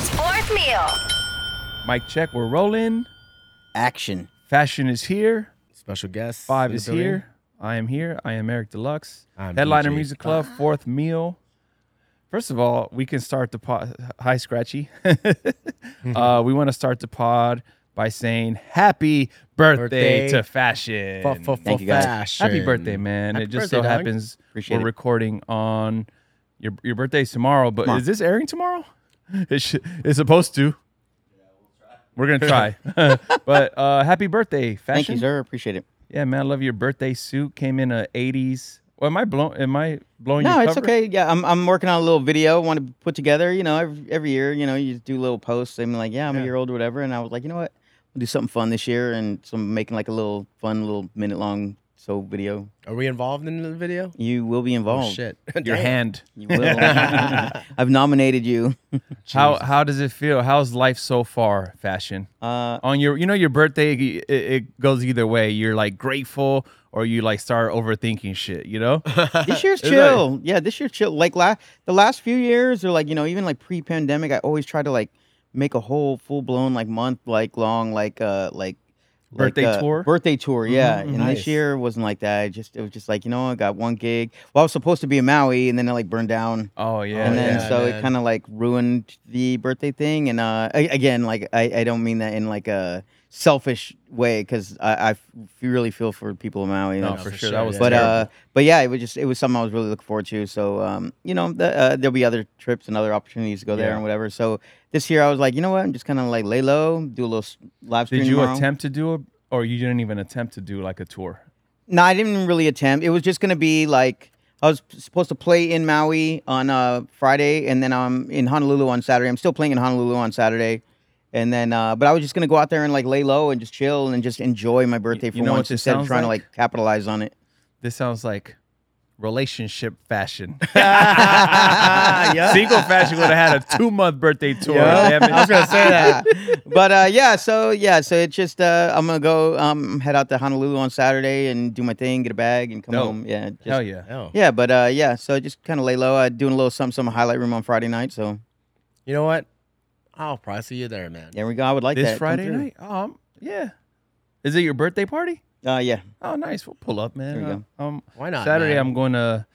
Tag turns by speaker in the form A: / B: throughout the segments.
A: Piecemeal.
B: Mike check, we're rolling.
C: Action.
B: Fashion is here.
D: Special guest.
B: Five
D: in the
B: is
D: building.
B: here. I am here. I am Eric Deluxe.
D: I'm
B: Headliner
D: DJ
B: Music Club, fourth meal. First of all, we can start the pod. Hi, Scratchy. uh, we want to start the pod by saying happy birthday,
D: Birthday.
B: to fashion.
D: Fa- fa- fa-
C: Thank you, guys.
D: fashion.
B: Happy birthday, man.
D: Happy
B: it just
D: birthday,
B: so
D: dog.
B: happens
C: Appreciate
B: we're
C: it.
B: recording on your your birthday's tomorrow, but
C: Tomorrow.
B: is this airing tomorrow? It should, it's supposed to. We're gonna try, but uh, happy birthday, fashion.
C: Thank you, sir. Appreciate it.
B: Yeah, man, I love your birthday suit. Came in a '80s. Well, am I blowing? Am I blowing?
C: No,
B: your
C: it's
B: cover?
C: okay. Yeah, I'm, I'm working on a little video. Want to put together. You know, every, every year, you know, you just do little posts. I'm like, yeah, I'm a year old or whatever. And I was like, you know what? We'll do something fun this year. And so I'm making like a little fun, little minute long so video.
D: Are we involved in the video?
C: You will be involved.
D: Oh shit.
B: Your
D: Damn.
B: hand.
C: You will. I've nominated you.
B: How how does it feel? How's life so far, fashion?
C: Uh,
B: on your you know your birthday it, it goes either way you're like grateful or you like start overthinking shit you know
C: this year's chill. Yeah, this year's chill. Like last the last few years, or like you know, even like pre-pandemic, I always try to like make a whole full-blown like month like long like uh like like,
B: Birthday
C: uh,
B: tour? Mm-hmm.
C: birthday tour. Yeah, and
D: Nice.
C: this year wasn't like that. It just it was just like you know I got one gig. Well, I was supposed to be in Maui, and then it like burned down.
B: oh yeah,
D: Oh,
C: and then
D: yeah,
C: so
D: man.
C: it kind of like ruined the birthday thing. And uh, a- again, like I, I don't mean that in like a selfish way because I, I f- really feel for people in Maui.
B: no,
C: Like,
B: for, sure that was
D: yeah.
C: but
B: terrible.
C: uh, but yeah, it was just it was something I was really looking forward to. So um, you know, the, uh, there'll be other trips and other opportunities to go there
B: Yeah.
C: and whatever. So this year I was like, you know what, I'm just kind of like lay low, do a little s- live stream.
B: did you
C: tomorrow.
B: attempt to do it or you didn't even attempt to do like a tour
C: No, I didn't really attempt. It was just gonna be like I was supposed to play in Maui on uh, Friday, and then I'm in Honolulu on Saturday. I'm still playing in Honolulu on Saturday, and then uh, but I was just gonna go out there and like lay low and just chill and just enjoy my birthday for
B: you know what
C: once
B: this
C: instead of
B: sounds
C: trying to
B: like?
C: like capitalize on it.
B: this sounds like relationship fashion
D: Yeah.
B: single fashion would have had a two-month birthday tour
D: Yeah.
B: damn it.
D: I was gonna say that.
C: but uh, yeah, so yeah, so it's just uh, I'm gonna go um, head out to Honolulu on Saturday and do my thing, get a bag, and come
B: Dope.
C: home. Yeah, just,
B: hell yeah
D: Oh.
C: yeah, but uh, yeah, so just kind of lay low. Uh, doing a little something, something highlight room on Friday night. So
D: You know what? I'll probably see you there, man.
C: there we go. I would like
B: this
C: that. Come
B: friday
C: through.
B: night um yeah is it your birthday party
C: Uh, yeah,
B: oh nice we'll pull up man
C: There we
B: Uh, um
D: Why not?
B: Saturday,
D: man?
B: I'm going to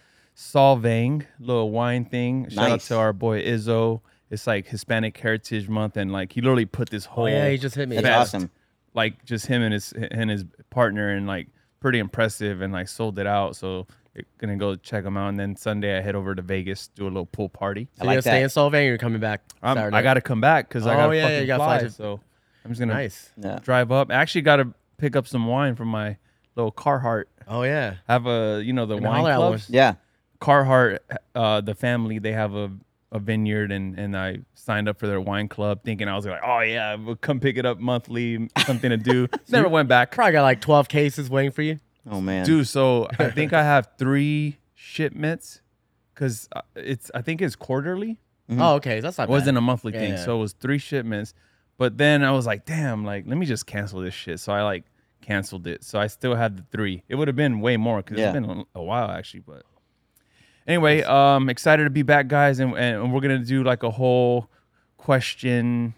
B: Solvang, little wine thing. Shout out
C: Nice.
B: to our boy Izzo. It's like Hispanic Heritage Month, and like he literally put this whole
D: Oh yeah, he just hit me.
C: that's
B: Fast.
C: awesome.
B: like just him and his and his partner, and like pretty impressive, and like sold it out. So you're gonna go check him out, and then Sunday I head over to Vegas do a little pool party.
D: So
C: I
D: you're
C: like
D: staying
C: that.
D: in Solvang or you're coming back
B: I'm,
D: Saturday?
B: I got to come back because I
D: Oh,
B: got to
D: yeah, yeah,
B: fucking
D: you gotta
B: fly.
D: fly to-
B: So I'm just gonna
D: nice.
C: Yeah.
B: drive up. I actually got to pick up some wine from my little Carhartt.
D: Oh yeah.
B: Have a you know the
D: And
B: wine
D: holler at
B: clubs.
D: one.
C: yeah,
B: Carhartt, uh, the family, they have a, a vineyard, and, and I signed up for their wine club, thinking I was like, oh yeah, we'll come pick it up monthly, something to do. Never went back.
D: Probably got like 12 cases waiting for you.
B: Mm-hmm.
C: Oh man,
B: Dude, so I think I have three shipments, cause uh, it's I think it's quarterly.
C: Mhm.
D: Oh, okay. That's not
B: It wasn't
D: bad.
B: a monthly thing,
D: Yeah.
B: so it was three shipments. But then I was like, damn, like let me just cancel this shit. So I like canceled it. So I still had the three. It would have been way more because
C: Yeah.
B: it's been a while actually. But anyway, um, excited to be back, guys, and, and we're gonna do like a whole question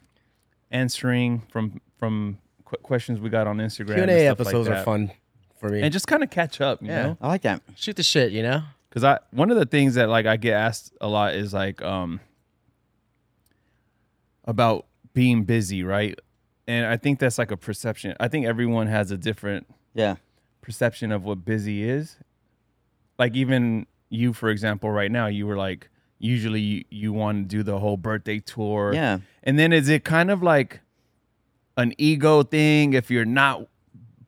B: answering from from qu- questions we got on Instagram. and
D: Q&A
B: stuff like
D: episodes
B: that.
D: are fun for me.
B: and just kind of catch up, you
D: Yeah.
B: know
C: I like that.
D: shoot the shit, you know?
B: because I one of the things that like I get asked a lot is like um about being busy, right? And I think that's like a perception. I think everyone has a different
C: Yeah,
B: perception of what busy is. Like even you, for example, right now, you were like usually you, you want to do the whole birthday tour,
C: yeah,
B: and then is it kind of like an ego thing if you're not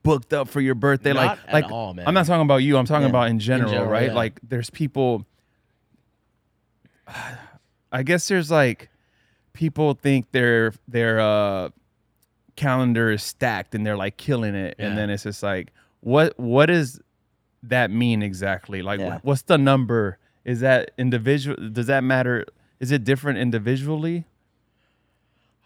B: booked up for your birthday?
D: Not
B: like
D: at
B: like
D: all, man.
B: I'm not talking about you. I'm talking
C: Yeah.
B: about in general,
D: general,
B: right?
D: yeah.
B: Like there's people. I guess there's like people think their their uh, calendar is stacked and they're like killing it,
D: Yeah.
B: and then it's just like what what does that mean exactly? Like
C: Yeah.
B: what's the number? Is that individual? Does that matter? Is it different individually?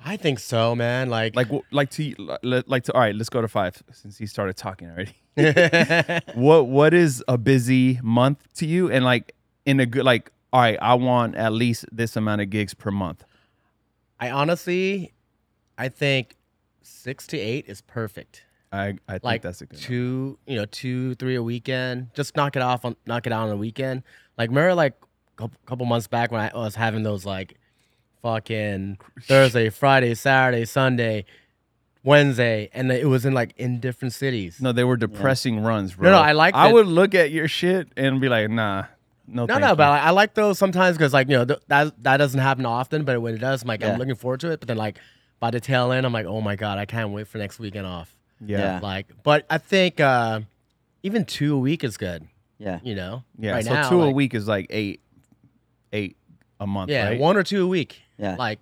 D: I think so, man. Like,
B: like wh- like to like, like to all right let's go to five since he started talking already
D: yeah,
B: what what is a busy month to you and like in a good like all right i want at least this amount of gigs per month
D: I honestly, I think six to eight is perfect.
B: I, I think
D: Like
B: that's a good.
D: two, you know, two, three a weekend. Just knock it off on, knock it out on a weekend. Like remember, like a couple months back when I was having those like, fucking Thursday, Friday, Saturday, Sunday, Wednesday, and it was in like in different cities.
B: No, they were depressing runs, bro.
D: no, I like
B: I
D: that-
B: would look at your shit and be like, nah, no.
D: No,
B: thank
D: no,
B: you.
D: but I, I like those sometimes because like you know th- that that doesn't happen often, but when it does, I'm like
C: Yeah.
D: I'm looking forward to it. But then like by the tail end, I'm like, oh my god, I can't wait for next weekend off.
B: yeah,
C: Yeah.
D: Like, but I think uh, even two a week is good.
C: Yeah.
D: You know,
B: yeah.
D: Right
B: so
D: now,
B: two a
D: like-
B: week is like eight, eight a month.
D: yeah,
B: right?
D: one or two a week.
C: Yeah.
D: Like,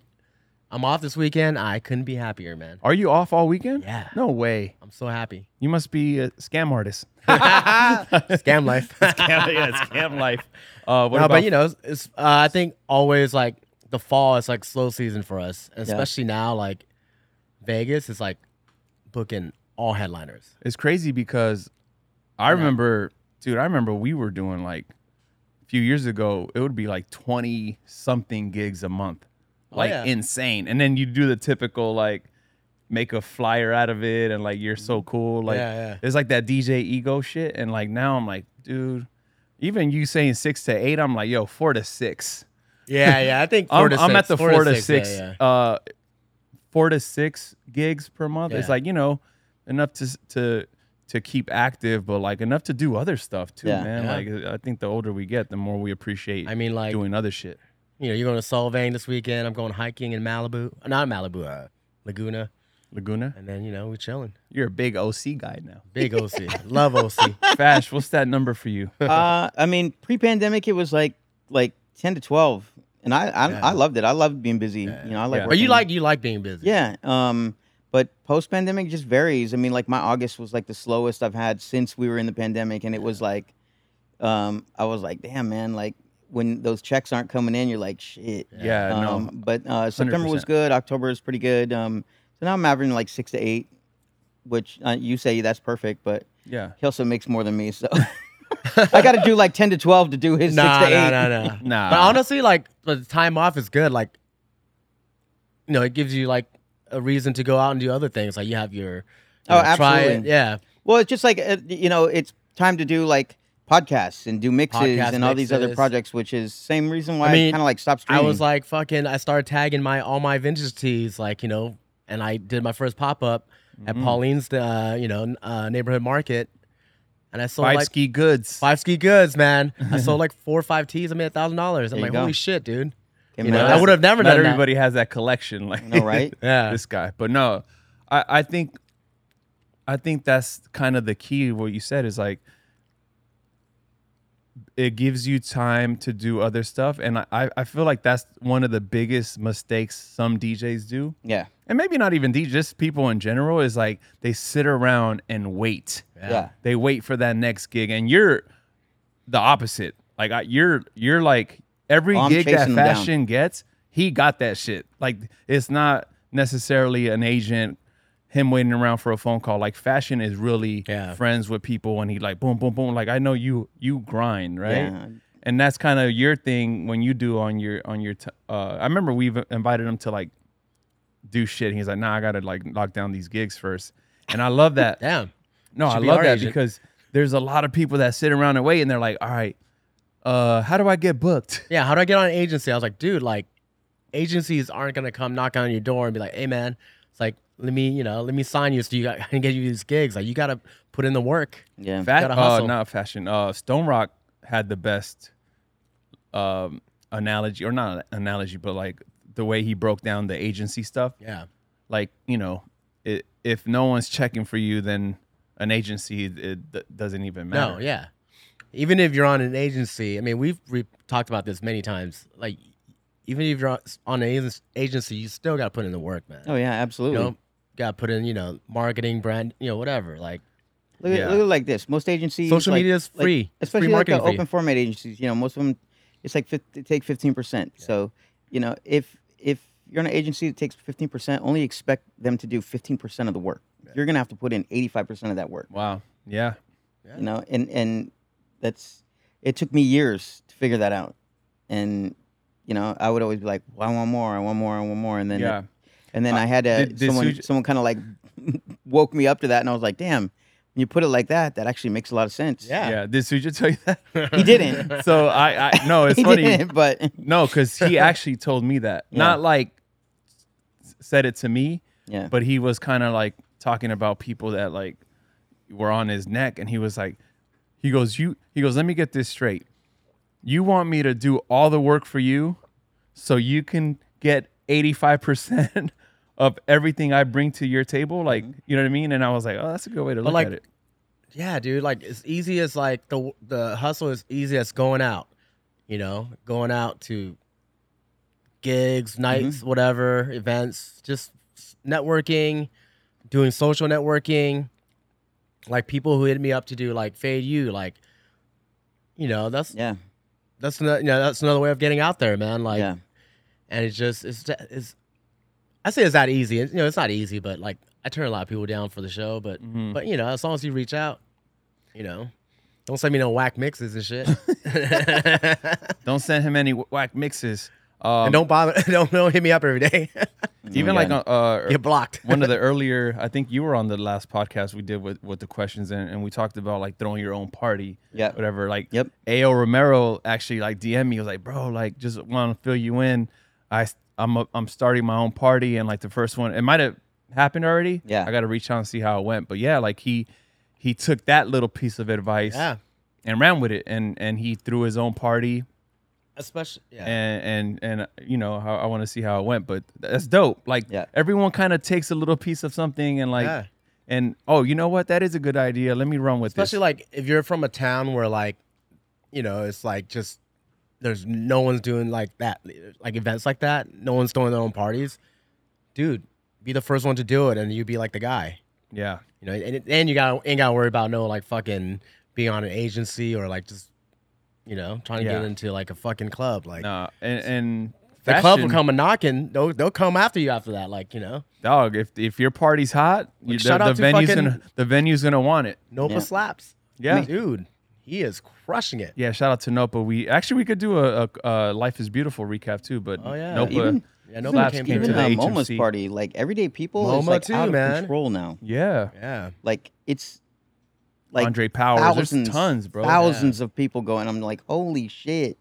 D: I'm off this weekend. I couldn't be happier, man.
B: Are you off all weekend?
D: Yeah.
B: No way.
D: I'm so happy.
B: You must be a scam artist.
D: Scam life.
B: yeah, yeah, scam life. Uh, what
D: no,
B: about
D: but you know, it's, it's, uh, I think always like the fall is like slow season for us, and
C: Yeah.
D: especially now like Vegas is like booking all headliners.
B: It's crazy because I remember, dude, I remember we were doing like a few years ago, it would be like 20 something gigs a month.
D: Oh,
B: Like
D: yeah.
B: insane. And then you do the typical like make a flyer out of it and like you're so cool. Like
D: Yeah, yeah.
B: it's like that DJ ego shit. And like now I'm like, dude, even you saying six to eight, I'm like, yo, four to six.
D: Yeah, yeah. I think
B: I'm, I'm at the four, to six,
D: yeah, yeah.
B: Uh, four to six gigs per month. It's
D: Yeah.
B: like you know enough to s- to to keep active, but like enough to do other stuff too,
C: Yeah.
B: man.
D: Yeah.
B: Like I think the older we get, the more we appreciate.
D: I mean, like
B: doing other shit.
D: you know, you're going to Solvang this weekend. I'm going hiking in Malibu, not Malibu, uh, Laguna,
B: Laguna,
D: and then you know we're chilling.
B: you're a big OC guy now.
D: Big OC, love OC.
B: Fash, what's that number for you?
C: uh, I mean, pre-pandemic, it was like like ten to twelve, and I I,
D: Yeah.
C: I loved it. I loved being busy. You know, I like.
B: Yeah.
D: But you
C: working.
D: like you like being busy.
C: Yeah. Um, but post-pandemic just varies. I mean, like my August was like the slowest I've had since we were in the pandemic, and it was like, um, I was like, damn man, like when those checks aren't coming in, you're like, shit.
B: Yeah,
C: Um,
B: no,
C: but uh, September was
B: 100%.
C: good. October is pretty good. Um, so now I'm averaging like six to eight, which uh, you say that's perfect, but
B: yeah.
C: he also makes more than me, so I got to do like ten to twelve to do his
D: Nah,
C: six to
D: nah,
C: eight.
D: nah, nah.
B: Nah.
D: But honestly, like, but the time off is good. Like, you know, it gives you like a reason to go out and do other things. Like, you have your you
C: Oh,
D: know, try it.
C: absolutely.
D: yeah,
C: Well, it's just like uh, you know, it's time to do like podcasts and do mixes
D: Podcast
C: and all these other
D: mixes.
C: projects, which is same reason why I,
D: I mean,
C: kind of like stopped streaming.
D: I was like fucking. I started tagging my all my vintage tees, like you know, and I did my first pop up at Pauline's, uh, you know, uh, neighborhood market, and I sold
B: Five
D: like
B: ski goods.
D: five ski goods, man. I sold like four or five tees. I made a thousand dollars. I'm
C: There you
D: like,
C: go.
D: holy shit, dude.
C: Came
D: You
C: out
D: know,
C: of
D: I
C: that.
D: would have never
B: Not
D: done that.
B: everybody has that collection. Like,
C: know, right?
D: Yeah.
B: this guy. But no, I, I think I think that's kind of the key. What you said is like it gives you time to do other stuff, and I- I I feel like that's one of the biggest mistakes some DJs do,
C: yeah,
B: and maybe not even DJs, just people in general is like they sit around and wait.
C: yeah,
B: They wait for that next gig, and you're the opposite. Like I, you're you're like every
C: Oh, I'm
B: gig that
C: chasing him down.
B: fashion gets, he got that shit. Like it's not necessarily an agent, him waiting around for a phone call. Like fashion is really
D: Yeah.
B: friends with people, and he like boom boom boom. Like I know you you grind right,
C: Yeah.
B: and that's kind of your thing when you do on your on your. T- uh, I remember we've invited him to like do shit. And he's like, nah, I gotta like lock down these gigs first. And I love that.
D: Damn.
B: No, I
D: Should be
B: love
D: our
B: that
D: agent.
B: because there's a lot of people that sit around and wait, and they're like, "All right, uh, how do I get booked?"
D: Yeah. How do I get on an agency? I was like, dude, like agencies aren't gonna come knock on your door and be like, hey man, it's like let me, you know, let me sign you so you got, I can get you these gigs. Like you gotta put in the work.
C: yeah.
B: Fat,
D: Gotta
B: uh,
D: hustle.
B: not fashion. Uh, Stone Rock had the best um, analogy, or not analogy, but like the way he broke down the agency stuff.
D: Yeah.
B: Like you know, it, if no one's checking for you, then an agency it d- doesn't even matter.
D: No, yeah. Even if you're on an agency, I mean, we've re- talked about this many times. Like, even if you're on- on an agen- agency, you still got to put in the work, man.
C: Oh yeah,
D: You
C: absolutely.
D: know, got to put in, you know, marketing, brand, you know, whatever. Like,
C: Look, at
B: Yeah.
C: look at it like this. Most agencies,
D: Social
C: like-
D: media is
C: like-
D: free. It's free
C: especially like the
D: marketing fee.
C: open format agencies. You know, most of them, it's like 50, take fifteen percent. So, you know, if if you're an agency that takes fifteen percent, only expect them to do fifteen percent of the work. You're gonna have to put in eighty five percent of that work.
B: Wow. Yeah.
C: you know and and that's it took me years to figure that out and you know, I would always be like, well, I want more, I want more, I want more, and then
B: yeah. Uh,
C: and then I had to
B: did- did
C: someone
B: Suj-
C: someone kind of like woke me up to that, and I was like, damn, when you put it like that, that actually makes a lot of sense.
D: Yeah.
B: Yeah. Did Suja tell you that?
C: he didn't.
B: so I, I no, it's
C: he
B: funny.
C: didn't, but
B: No, because he actually told me that. Not like s- said it to me,
C: yeah,
B: but he was kind of like talking about people that like were on his neck, and he was like, he goes, you, he goes, let me get this straight. You want me to do all the work for you, so you can get eighty five percent of everything I bring to your table, like you know what I mean? And I was like, oh, that's a good way to look
D: Mm-hmm. like,
B: at it.
D: Yeah, dude. Like as easy as like the the hustle is easy as going out. You know, going out to gigs, nights, whatever, events, just s- networking, doing social networking. Like people who hit me up to do like fade you, like you know that's
C: yeah,
D: that's another, you know, that's another way of getting out there, man. Like,
C: yeah,
D: and it's just it's ju- it's. I say it's not easy. It's, you know, it's not easy, but like I turn a lot of people down for the show, but
B: Mhm.
D: but you know, as long as you reach out, you know, don't send me no whack mixes and shit,
B: Don't send him any wh- whack mixes. Um,
D: and don't bother, don't don't hit me up every day.
B: even like
C: Yeah.
B: on, uh,
D: Get blocked.
B: one of the earlier i think you were on the last podcast we did with, with the questions and, and we talked about like throwing your own party
C: Yeah.
B: whatever like
C: Yep.
B: ao romero actually like dm me he was like bro like just want to fill you in i i'm a, i'm starting my own party and like the first one it might have happened already
C: Yeah.
B: i gotta reach out and see how it went but yeah like he he took that little piece of advice
D: yeah,
B: and ran with it and and he threw his own party
D: especially yeah.
B: and and and you know how I want to see how it went, but that's dope. Like
C: Yeah.
B: everyone kind of takes a little piece of something and like
D: Yeah.
B: and oh, you know what? That is a good idea. Let me run with
D: especially
B: this.
D: like if you're from a town where like you know it's like just there's no one's doing like that like events like that no one's throwing their own parties dude be the first one to do it and you be like the guy
B: yeah,
D: you know and, and you got ain't got to worry about no like fucking being on an agency or like just you know trying to get
B: Yeah.
D: into like a fucking club like
B: nah, and and
D: the club
B: fashion,
D: will come a knocking they'll, they'll come after you after that like you know
B: dog. If if your party's hot, you, the,
D: shout
B: the
D: out to
B: venue's
D: fucking-
B: gonna the venue's gonna want it.
D: Nova
C: Yeah.
D: slaps
B: Yeah.
D: dude he is crushing it
B: Yeah, shout out to Nopa. We actually we could do a, a, a Life is Beautiful recap too, but
D: Oh, yeah.
B: Nopa.
C: Even-
D: yeah Nova
B: Slaps
D: came
B: came
D: through.
B: to
C: even
B: the
C: uh, MoMA's
B: HMC.
C: party, like everyday people, is
D: MoMA
C: like
D: too,
C: out of
D: man.
C: control now.
B: yeah,
D: yeah
C: Like it's like
B: Andre Powers.
C: thousands,
B: There's tons, bro.
C: thousands of people going. I'm like, holy shit.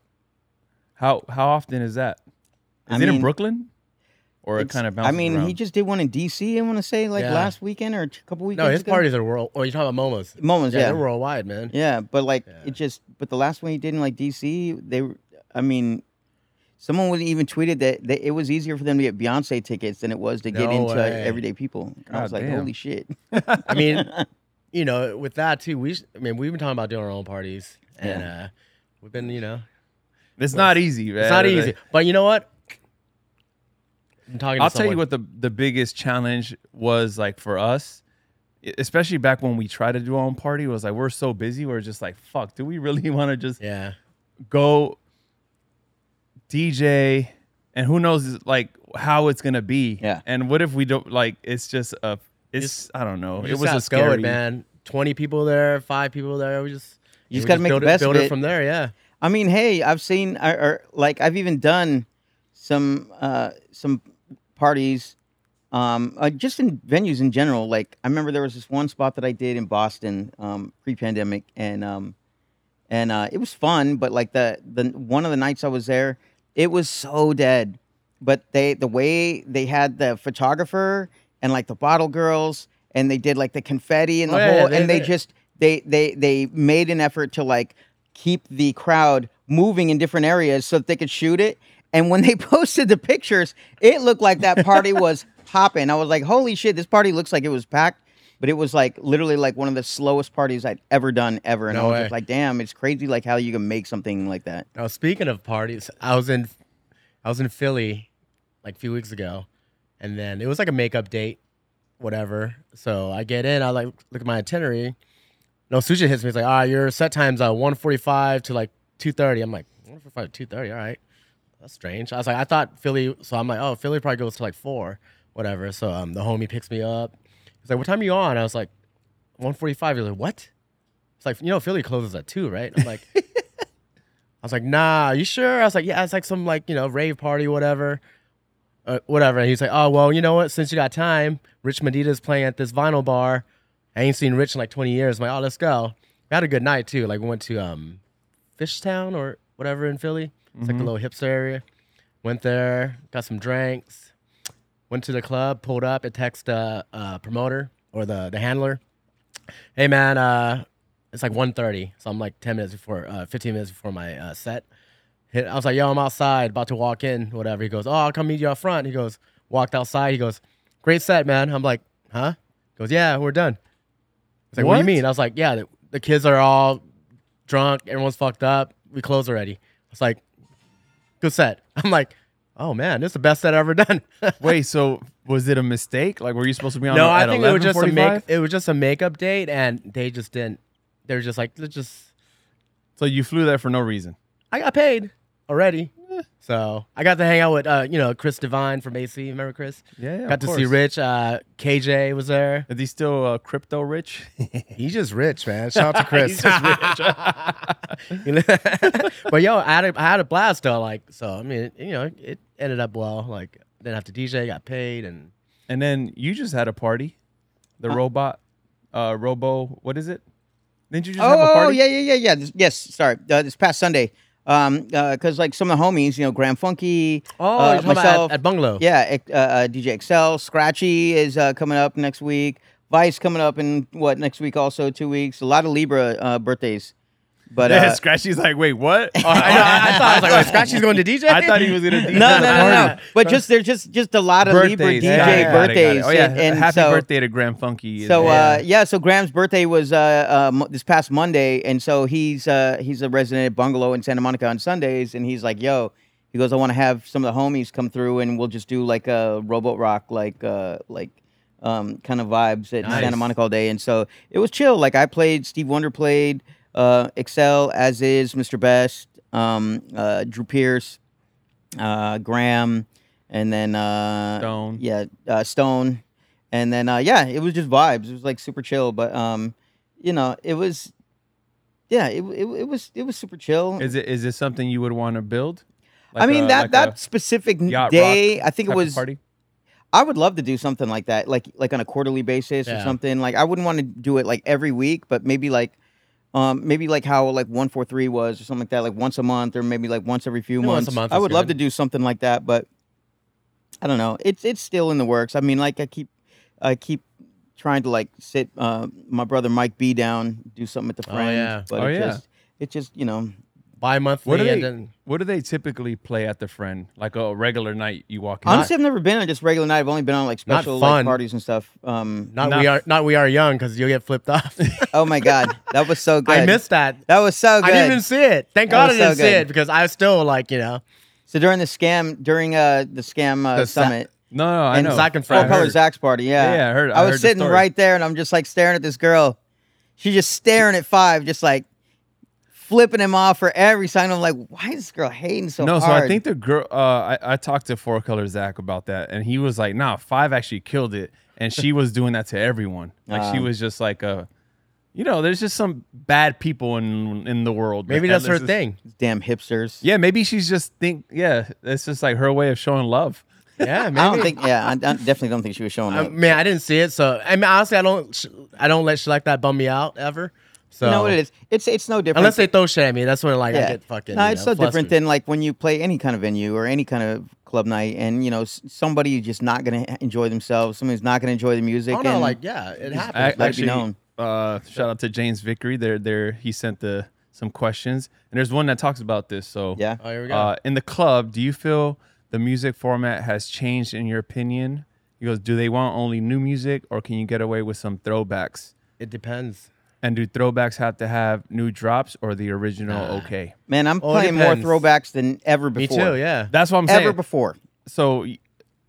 B: How how often is that? Is
C: I
B: it in
C: mean,
B: Brooklyn? Or it
C: It's-
B: kind of
C: I
B: bounces
C: mean,
B: around?
C: he just did one in DC. I want to say like
D: Yeah.
C: last weekend or a couple weekends.
D: No, his
C: ago.
D: parties are world. Oh, you're talking about Momo's.
C: moments.
D: Yeah,
C: Yeah,
D: they're worldwide, man.
C: Yeah, but like
D: Yeah.
C: it just but the last one he did in like DC, they were I mean someone was even tweeted that they, it was easier for them to get Beyonce tickets than it was to get
D: No
C: into
D: way.
C: everyday people. And I was
B: God
C: like,
B: damn.
C: holy shit.
D: I mean, you know, with that too, we. sh- I mean, we've been talking about doing our own parties, and uh, we've been, you know,
B: It's not easy, man.
D: it's not easy. But you know what? I'm talking. To
B: I'll tell you
D: someone.
B: what the, the biggest challenge was like for us, e- especially back when we tried to do our own party, was like we're so busy, we're just like, fuck, do we really want to just
D: Yeah,
B: go DJ and who knows like how it's gonna be?
C: Yeah.
B: And what if we don't like it's just a it's, I don't know.
D: We
B: It
D: just
B: was
D: got
B: a scary
D: going, man. Twenty people there, five people there. We just
C: You just
D: we
C: gotta make
D: build
C: the best
D: it, build
C: of
D: it
C: it.
D: from there. Yeah,
C: I mean, hey, I've seen or, or like I've even done some uh some parties um uh, just in venues in general. Like I remember there was this one spot that I did in Boston um pre-pandemic and um and uh, it was fun. But like the the one of the nights I was there, it was so dead. But they the way they had the photographer and like the bottle girls, and they did like the confetti and the
D: Oh, yeah, yeah,
C: whole,
D: they-
C: and they,
D: they-
C: just they they they made an effort to like keep the crowd moving in different areas so that they could shoot it. And when they posted the pictures, it looked like that party was popping. I was like, "Holy shit! This party looks like it was packed." But it was like literally like one of the slowest parties I'd ever done ever, and
D: No
C: I was
D: way.
C: just like, damn, it's crazy like how you can make something like that.
D: Now speaking of parties, I was in, I was in Philly, like a few weeks ago, and then it was like a makeup date, whatever. So I get in, I like look at my itinerary. No, Suja hits me. He's like, "All right, your set times are one forty-five to like 2.30. I'm like, one forty-five to two thirty. All right, that's strange. I was like, I thought Philly. So I'm like, oh, Philly probably goes to like four, whatever. So um, the homie picks me up. He's like, what time are you on? I was like, one forty-five. He's like, what? It's like you know Philly closes at two, right? I'm like, I was like, nah, you sure? I was like, yeah, it's like some like, you know, rave party, whatever. Uh, whatever. And he's like, oh, well, you know what? Since you got time, Rich Medita's playing at this vinyl bar. I ain't seen Rich in like 20 years. I'm like, oh, let's go. We had a good night too. Like, we went to um, Fishtown or whatever in Philly. It's like a little hipster area. Went there, got some drinks, went to the club, pulled up. It texted uh, uh, promoter or the, the handler hey man uh it's like 1.30 so i'm like 10 minutes before uh 15 minutes before my uh set Hit, i was like yo i'm outside about to walk in whatever he goes oh i'll come meet you out front he goes walked outside he goes great set man i'm like huh he goes yeah we're done it's like what?
B: What?
D: do you mean i was like yeah the, the kids are all drunk everyone's fucked up we closed already it's like good set i'm like oh man this is the best set i've ever done
B: Wait, so was it a mistake? Like, were you supposed to be on?
D: no,
B: at
D: I think it was just a
B: 11:45?
D: make. It was just a makeup date, and they just didn't. They were just like, let's just.
B: So you flew there for no reason.
D: I got paid already,
B: Eh.
D: so I got to hang out with uh, you know Chris Devine from AC. Remember Chris?
B: Yeah, yeah,
D: got
B: of
D: to see
B: course.
D: Rich. Uh, KJ was there.
B: Is he still uh, crypto rich?
A: He's just rich, man. Shout out to Chris.
D: but yo, I had a, I had a blast though. Like so, I mean, you know, it ended up well. Like didn't have to DJ, got paid, and
B: and then you just had a party, the robot, uh, Robo. What is it? Didn't you just have a
C: Oh
B: party?
C: yeah, yeah, yeah, yeah. This- yes, sorry. Uh, this past Sunday, um, because like some of the homies, you know, Graham Funky,
D: oh,
C: uh,
D: you're talking about
C: myself,
D: at, at bungalow.
C: yeah, uh, uh, DJ Excel, Scratchy is uh, coming up next week. Vice coming up in what next week? Also two weeks. A lot of Libra uh, birthdays, but
B: Yeah,
C: uh,
B: Scratchy's like, wait, what?
D: Oh, I, know, I, I thought I was like, wait, Scratchy's going to DJ.
B: I thought he was gonna. DJ
C: no, no,
B: the
C: no,
B: party.
C: no. But just there's just just a lot of
B: Birthdays,
C: Libra DJ
B: got it, got it, got
C: birthdays.
B: it. Oh yeah,
C: and, and
B: happy
C: so,
B: birthday to Graham Funky.
C: So
B: Yeah.
C: uh, yeah, so Graham's birthday was uh, uh, mo- this past Monday, and so he's uh, he's a resident at Bungalow in Santa Monica on Sundays, and he's like, "Yo," he goes, "I want to have some of the homies come through, and we'll just do like a robot rock, like uh, like um, kind of vibes at
D: Nice.
C: Santa Monica all day." And so it was chill. Like I played, Steve Wonder played, uh, Excel as is, Mr. Best, um, uh, Drew Pierce, uh, Graham, and then uh,
B: Stone.
C: Yeah, uh, Stone, and then uh, yeah, it was just vibes. It was like super chill, but um, you know, it was, yeah, it it, it was it was super chill.
B: is it is it something you would want to build?
C: I
B: Like
C: mean
B: a-
C: that
B: like
C: that
B: a
C: specific
B: yacht
C: day,
B: rock
C: I think
B: type
C: it
B: of
C: was.
B: party.
C: I would love to do something like that, like like on a quarterly basis or
D: Yeah.
C: something. Like I wouldn't want to do it like every week, but maybe like. Um, maybe like how like one four three was or something like that, like once a month or maybe like once every few
D: Yeah, once
C: months.
D: a month
C: I
D: is
C: would love
D: good.
C: to do something like that, but I don't know. It's it's still in the works. I mean, like I keep I keep trying to like sit uh, my brother Mike B down, do something with the
D: Oh,
C: friend.
D: yeah.
C: But
B: Oh,
C: it
B: yeah.
C: just it just you know
D: bi-monthly.
B: What are
D: and
B: they-
D: then,
B: What do they typically play at the friend? Like a regular night you walk in.
C: honestly I've never been on just regular night. I've only been on like
D: Not
C: special like
D: fun.
C: parties and stuff. Um,
D: Not,
B: Not-
D: we are not we are young because you'll get flipped off.
C: oh my god, that was so good.
D: I missed that.
C: That was so good.
D: I didn't even see it. Thank
C: That
D: God I
C: was so
D: didn't see
C: good.
D: it because I still like you know
C: so during the scam, during uh, the scam uh,
D: The sa-
C: summit,
B: no, no, I
C: and
B: know. Oh,
D: Zach and
C: Four
D: Fred. I
C: Color
D: heard.
C: Zach's party. Yeah,
B: Yeah, yeah, I heard- I
C: was
B: heard the
C: sitting
B: story.
C: right there, and I'm just like staring at this girl. She's just staring at five, just like flipping him off for every sign. I'm like, why is this girl hating so
B: no,
C: hard?
B: so I think the girl. Uh, I, I talked to Four Color Zach about that, and he was like, "Nah, Five actually killed it," and she was doing that to everyone. Like she
D: Uh.
C: Um,
B: was just like a, you know, there's just some bad people in in the world.
D: maybe
B: man.
D: that's her
B: There's just-
D: thing.
C: These damn hipsters.
B: Yeah, maybe she's just think. Yeah, it's just like her way of showing love.
D: Yeah,
C: I don't
D: maybe.
C: think. Yeah, I, I definitely don't think she was showing
D: I
C: up.
D: mean, I didn't see it, so I mean, honestly, I don't sh- I don't let shit like that bum me out ever. So
C: you know what it is? It's it's no different.
D: unless they throw shit at me, that's when like I get fucking.
C: No,
D: you
C: it's
D: know,
C: so different
D: flustered.
C: than like when you play any kind of venue or any kind of club night, and you know s- somebody just not gonna enjoy themselves. Somebody's not gonna enjoy the music.
D: Oh no,
C: and-
D: like yeah, it happens.
B: I,
C: Let it be
B: actually,
C: known.
B: Uh, shout out to James Vickery. There, there, he sent the some questions, and there's one that talks about this. So
C: yeah.
D: oh, here we go.
B: Uh, in the club, do you feel the music format has changed in your opinion? He goes, Do they want only new music or can you get away with some throwbacks?
D: it depends.
B: And do throwbacks have to have new drops or the original
D: Nah.
B: okay?
C: Man, I'm
D: Oh, it
C: playing more
D: depends.
C: throwbacks than ever
D: Me
C: before.
D: too. Yeah.
B: That's what I'm
C: Ever
B: saying.
C: before.
B: so, y-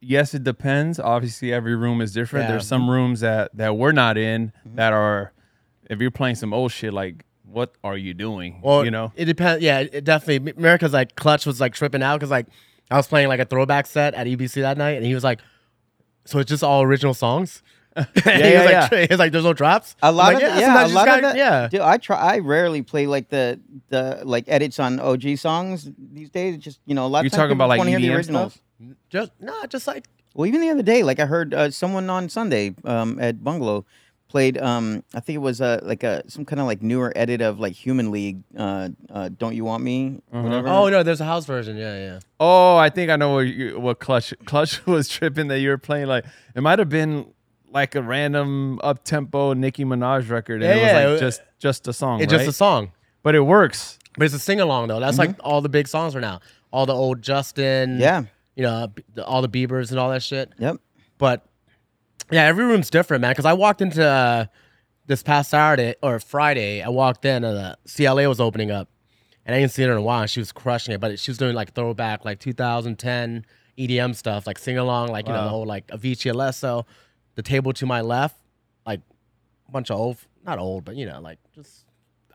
B: yes, it depends. Obviously, every room is different.
D: Yeah. Mm-hmm.
B: There's some rooms that, that we're not in that are, if you're playing some old shit, like, what are you doing?
D: Well,
B: you know?
D: it depends. Yeah, it definitely. America's like Clutch was like tripping out because like E I was playing like a throwback set at EBC that night, and he was like, "So it's just all original songs." he,
B: yeah,
D: was
B: yeah.
D: like, "Trey," he was like, there's no drops.
C: A
D: I'm
C: lot
D: like,
C: of the- yeah,
D: sometimes
C: a
D: you
C: lot
D: just
C: of
D: gotta-
C: the-
D: yeah.
C: Dude, I try. I rarely play like the the like edits on OG songs these days. It's Just you know, a lot.
B: You're
C: of times
B: talking about,
C: people
B: like,
C: want to
D: E
C: hear the
B: EDM
C: originals.
B: stuff?
D: Just no, just like
C: Well, even the other day, like I heard uh, someone on Sunday um, at Bungalow played. Um, I think it was uh, like a some kind of like newer edit of like Human League. Uh, uh, Don't you want me? Whatever.
D: oh no, there's a house version. Yeah, yeah.
B: Oh, I think I know what, you, what Clutch Clutch was tripping that you were playing. Like it might have been like a random up tempo Nicki Minaj record, and
D: Yeah,
B: it was
D: yeah,
B: like
D: it wa-
B: just just a song,
D: It's
B: right?
D: just a song,
B: but it works.
D: but it's a sing along though. That's like all the big songs right now. All the old Justin.
C: Mm-hmm. Yeah.
D: You know, uh, b- the- all the Bieber's and all that shit.
C: Yep.
D: But yeah, every room's different, man. Because I walked into uh, this past Saturday or Friday, I walked in and uh, CLA was opening up, and I didn't see her in a while. and She was crushing it, but she was doing like throwback, like 2010 EDM E stuff, like sing along, like you know the whole like Avicii, Alesso. The table to my left, like a bunch of old, not old, but you know, like just.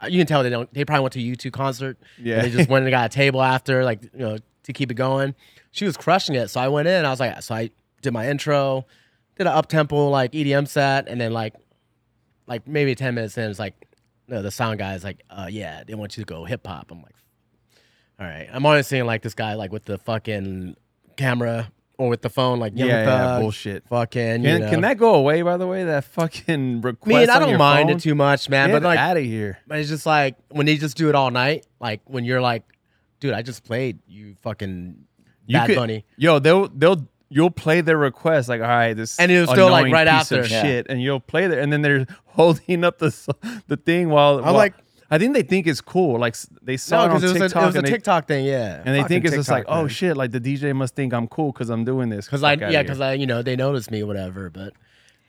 D: You can tell they don't. They probably went to a U2 concert.
B: Yeah.
D: and they just went and got a table after, like you know, to keep it going. She was crushing it. So I went in. I was like, so I did my intro, did an up tempo like EDM set, and then like, like maybe ten minutes in, it's like, no, the sound guy is like, uh, yeah, they want you to go hip hop. I'm like, all right. I'm always seeing like this guy like with the fucking camera or with the phone, like Young
B: yeah, yeah,
D: Thug,
B: bullshit.
D: Fucking, you
B: Can,
D: know.
B: can that go away? By the way, that fucking request.
D: I mean, I
B: on
D: don't
B: your
D: mind
B: phone?
D: it too much, man.
B: Get
D: but like,
B: out of here.
D: but it's just like when they just do it all night, like when you're like, dude, I just played you fucking
B: You
D: Bad
B: could-
D: Bunny.
B: Yo, they'll they'll you'll play their request like all right this
D: And it'll still, like,
B: annoying
D: right
B: piece
D: after.
B: of
D: Yeah.
B: shit and you'll play there and then they're holding up the s- the thing while I'm
D: like-
B: I think they think it's cool like s- they saw it on
D: because it was,
B: TikTok
D: a, it was a
B: and, they,
D: TikTok thing, yeah.
B: and they think
A: Fucking
B: it's just like
A: TikTok,
B: oh
A: man.
B: shit like the DJ must think I'm cool because I'm doing this
D: Because I,
B: Fuck outta
D: yeah,
B: here.
D: because I, you know, they noticed me, whatever. But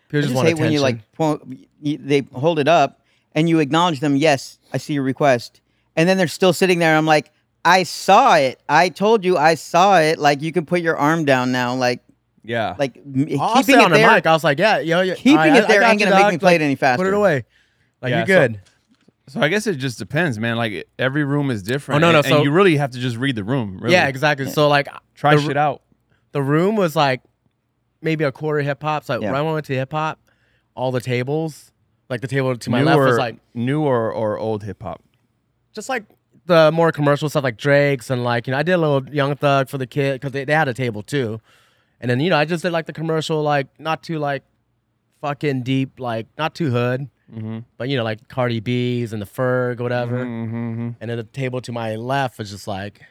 D: people
C: I
D: just,
C: just,
D: want
C: hate when you
D: attention.
C: like po- you, they hold it up and you acknowledge them. Yes, I see your request, and then they're still sitting there. I'm like, I saw it. I told you I saw it. Like you can put your arm down now. Like
B: yeah
C: like m-
D: I'll
C: keeping
D: say
C: it
D: on
C: there.
D: the mic. Oh, I was like, yeah, yo, yo
C: Keeping
D: I- I-
C: it
D: I
C: there
D: got
C: ain't
D: you,
C: gonna make
D: dog.
C: me play
D: Like,
C: it any faster.
D: Put it away. Like
B: Yeah,
D: you good?
B: so I guess it just depends man like it- every room is different
D: Oh, no, no,
B: and, and
D: so-
B: you really have to just read the room really.
D: Yeah, exactly. So like,
B: try
D: the-
B: shit out
D: the room was like maybe a quarter hip hop. So like,
C: Yeah.
D: when I went to hip hop, all the tables, like the table to my
B: new
D: left
B: or
D: was like
B: new or, or old hip hop
D: just like the more commercial stuff like Drake's and like you know I did a little Young Thug for the kid because they, they had a table too, and then you know I just did like the commercial like not too like fucking deep like not too hood,
B: Mm-hmm.
D: but you know like Cardi B's and the Ferg whatever,
B: Mm-hmm.
D: and then the table to my left was just like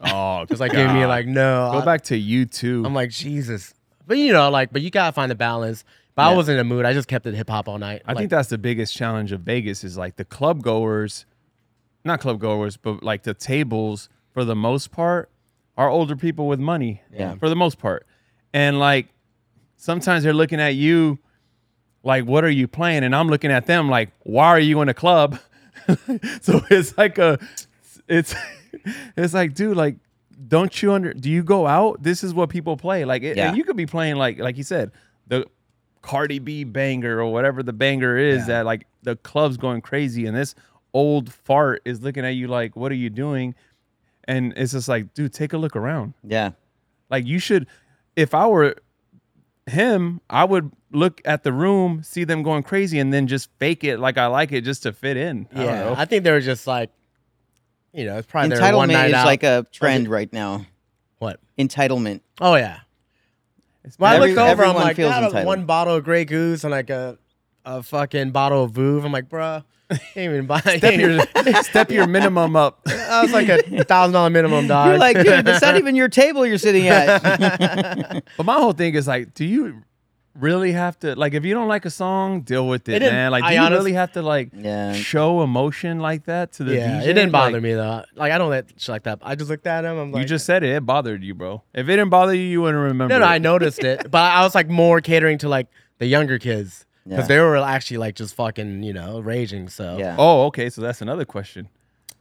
B: oh
D: just like giving me like no
B: go
D: I-
B: back to you too
D: I'm like Jesus, but you know like but you gotta find the balance. But I was in a mood. I just kept it hip hop all night.
B: I
D: Like,
B: think that's the biggest challenge of Vegas is like the club goers, not club goers, but like the tables for the most part are older people with money.
C: Yeah.
B: For the most part. And like sometimes they're looking at you like, what are you playing? And I'm looking at them like, why are you in a club? so it's like a it's it's like, dude, like don't you under do you go out? This is what people play. Like it,
C: Yeah.
B: and you could be playing like like you said, the Cardi B banger or whatever the banger is that like the club's going crazy and this old fart is looking at you like, what are you doing? And it's just like, dude, take a look around.
C: Yeah.
B: Like you should, if I were him, I would look at the room, see them going crazy, and then just fake it like I like it just to fit in. I don't
D: yeah,
B: know.
D: I, think they were just like, you know, it's probably their one
C: Entitlement
D: night
C: is
D: out.
C: like a trend right now.
D: what?
C: Entitlement.
D: Oh yeah.
B: It's
D: When
C: Every-
D: I looked over, I'm
C: everyone
D: like,
C: feels
D: "God,
C: entitled."
D: one bottle of Grey Goose and like a, a fucking bottle of Vouv. I'm like, bruh, you ain't even buy.
B: step your step your minimum up.
D: I was like a thousand dollar minimum dog.
C: You're like, dude, that's not even your table you're sitting at.
B: But my whole thing is like, do you really have to like if you don't like a song, deal with it,
D: It didn't-
B: man? Like, do
D: I
B: you
D: honest-
B: really have to like
C: Yeah.
B: show emotion like that to the
D: yeah,
B: DJ?
D: it didn't bother
B: Like,
D: me though. Like I don't let shit like that. I just looked at him. I'm like,
B: you just said it, it bothered you, bro. If it didn't bother you, you wouldn't remember.
D: no, no.
B: it.
D: I noticed it, but I was like more catering to like the younger kids because
C: Yeah.
D: they were actually like just fucking you know raging. So
C: Yeah.
B: Oh, okay. So that's another question.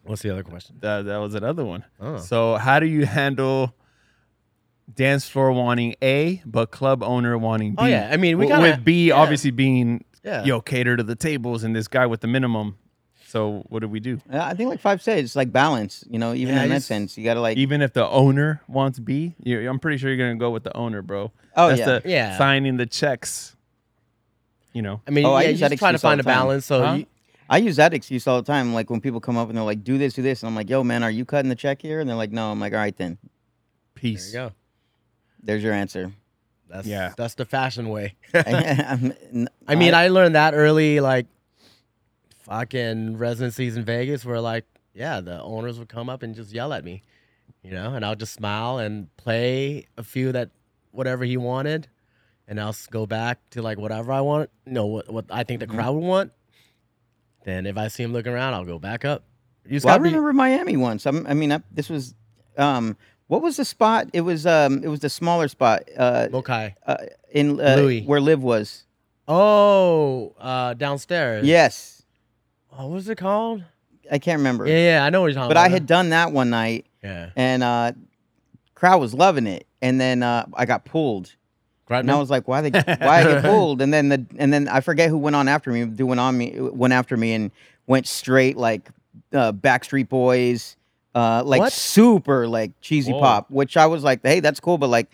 D: what's the other question?
B: That, that was another one.
D: Oh.
B: So how do you handle dance floor wanting A, but club owner wanting B?
D: Oh, yeah. I mean, we
B: W-
D: gotta-
B: with B
D: yeah.
B: obviously being
D: Yeah.
B: yo cater to the tables and this guy with the minimum. So what do we do?
C: Yeah, I think like five said, it's like balance. You know, even
B: Yeah,
C: in that
B: just-
C: sense, you gotta like.
B: Even if the owner wants B, you, I'm pretty sure you're gonna go with the owner, bro.
C: Oh,
B: That's
C: yeah.
B: the
D: Yeah.
B: signing the checks. You know,
D: I mean,
C: Oh, I
D: yeah,
C: use
D: you
C: that
D: just try to
C: excuse all
D: find a
C: the time.
D: balance. So
B: Huh?
D: you,
C: I use that excuse all the time. Like when people come up and they're like, "Do this, do this," and I'm like, "Yo, man, are you cutting the check here?" And they're like, "No." I'm like, "All right, then.
D: there
B: peace.
D: you go.
C: There's your answer."
D: That's
B: Yeah.
D: that's the fashion way.
C: I'm- n-
D: I mean, I learned that early, like fucking residencies in Vegas, where like, yeah, the owners would come up and just yell at me, you know, and I'll just smile and play a few that whatever he wanted, and I'll s- go back to like whatever I want, you know, what what I
C: Mm-hmm.
D: think the crowd would want. Then if I see him looking around, I'll go back up. You just
C: Well, I
D: gotta be-
C: remember Miami once. I'm, I mean, I, this was, um, what was the spot? It was, um, it was the smaller spot, uh,
D: Mokai.
C: uh in uh,
D: Louis.
C: where Liv was.
D: Oh, uh, downstairs.
C: Yes,
D: Oh, what was it called?
C: I can't remember.
D: Yeah, yeah, I know what you're talking
C: but
D: about.
C: I had done that one night,
D: Yeah.
C: and uh, crowd was loving it. And then uh, I got pulled, and I was like, "Why they? Why I get pulled?" And then the, and then I forget who went on after me. Who went on me? Went after me and went straight like uh, Backstreet Boys, uh, like
D: What?
C: super like cheesy
B: Whoa.
C: pop. Which I was like, "Hey, that's cool," but like,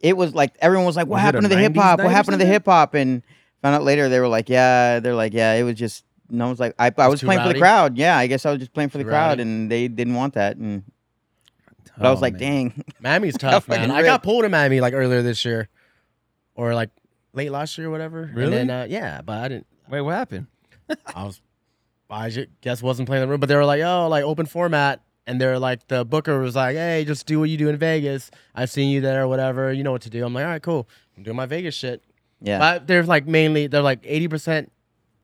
C: it was like everyone was like, "What
B: Was it a
C: happened to the hip
B: 90s
C: hop? What
B: night or
C: happened to the
B: something?
C: hip hop?" And found out later they were like, "Yeah," they're like, "Yeah," it was just. No one's like I, I was
D: too
C: playing for the
D: rowdy?
C: crowd. Yeah, I guess I was just playing for the
D: Too
C: crowd,
D: rowdy?
C: and they didn't want that. And but I was
B: Oh,
C: like,
B: man.
C: dang,
D: Miami's tough,
C: fucking
D: man. I got
C: ripped.
D: pulled in Miami like earlier this year, or like late last year, or whatever.
B: Really?
D: And then, uh, yeah, but I didn't.
B: Wait, what happened?
D: I was, I ju- guess wasn't playing the room, but they were like, oh, like open format, and they're like, the booker was like, hey, just do what you do in Vegas. I've seen you there, whatever. You know what to do. I'm like, all right, cool. I'm doing my Vegas shit.
C: yeah.
D: But they're like mainly they're like eighty percent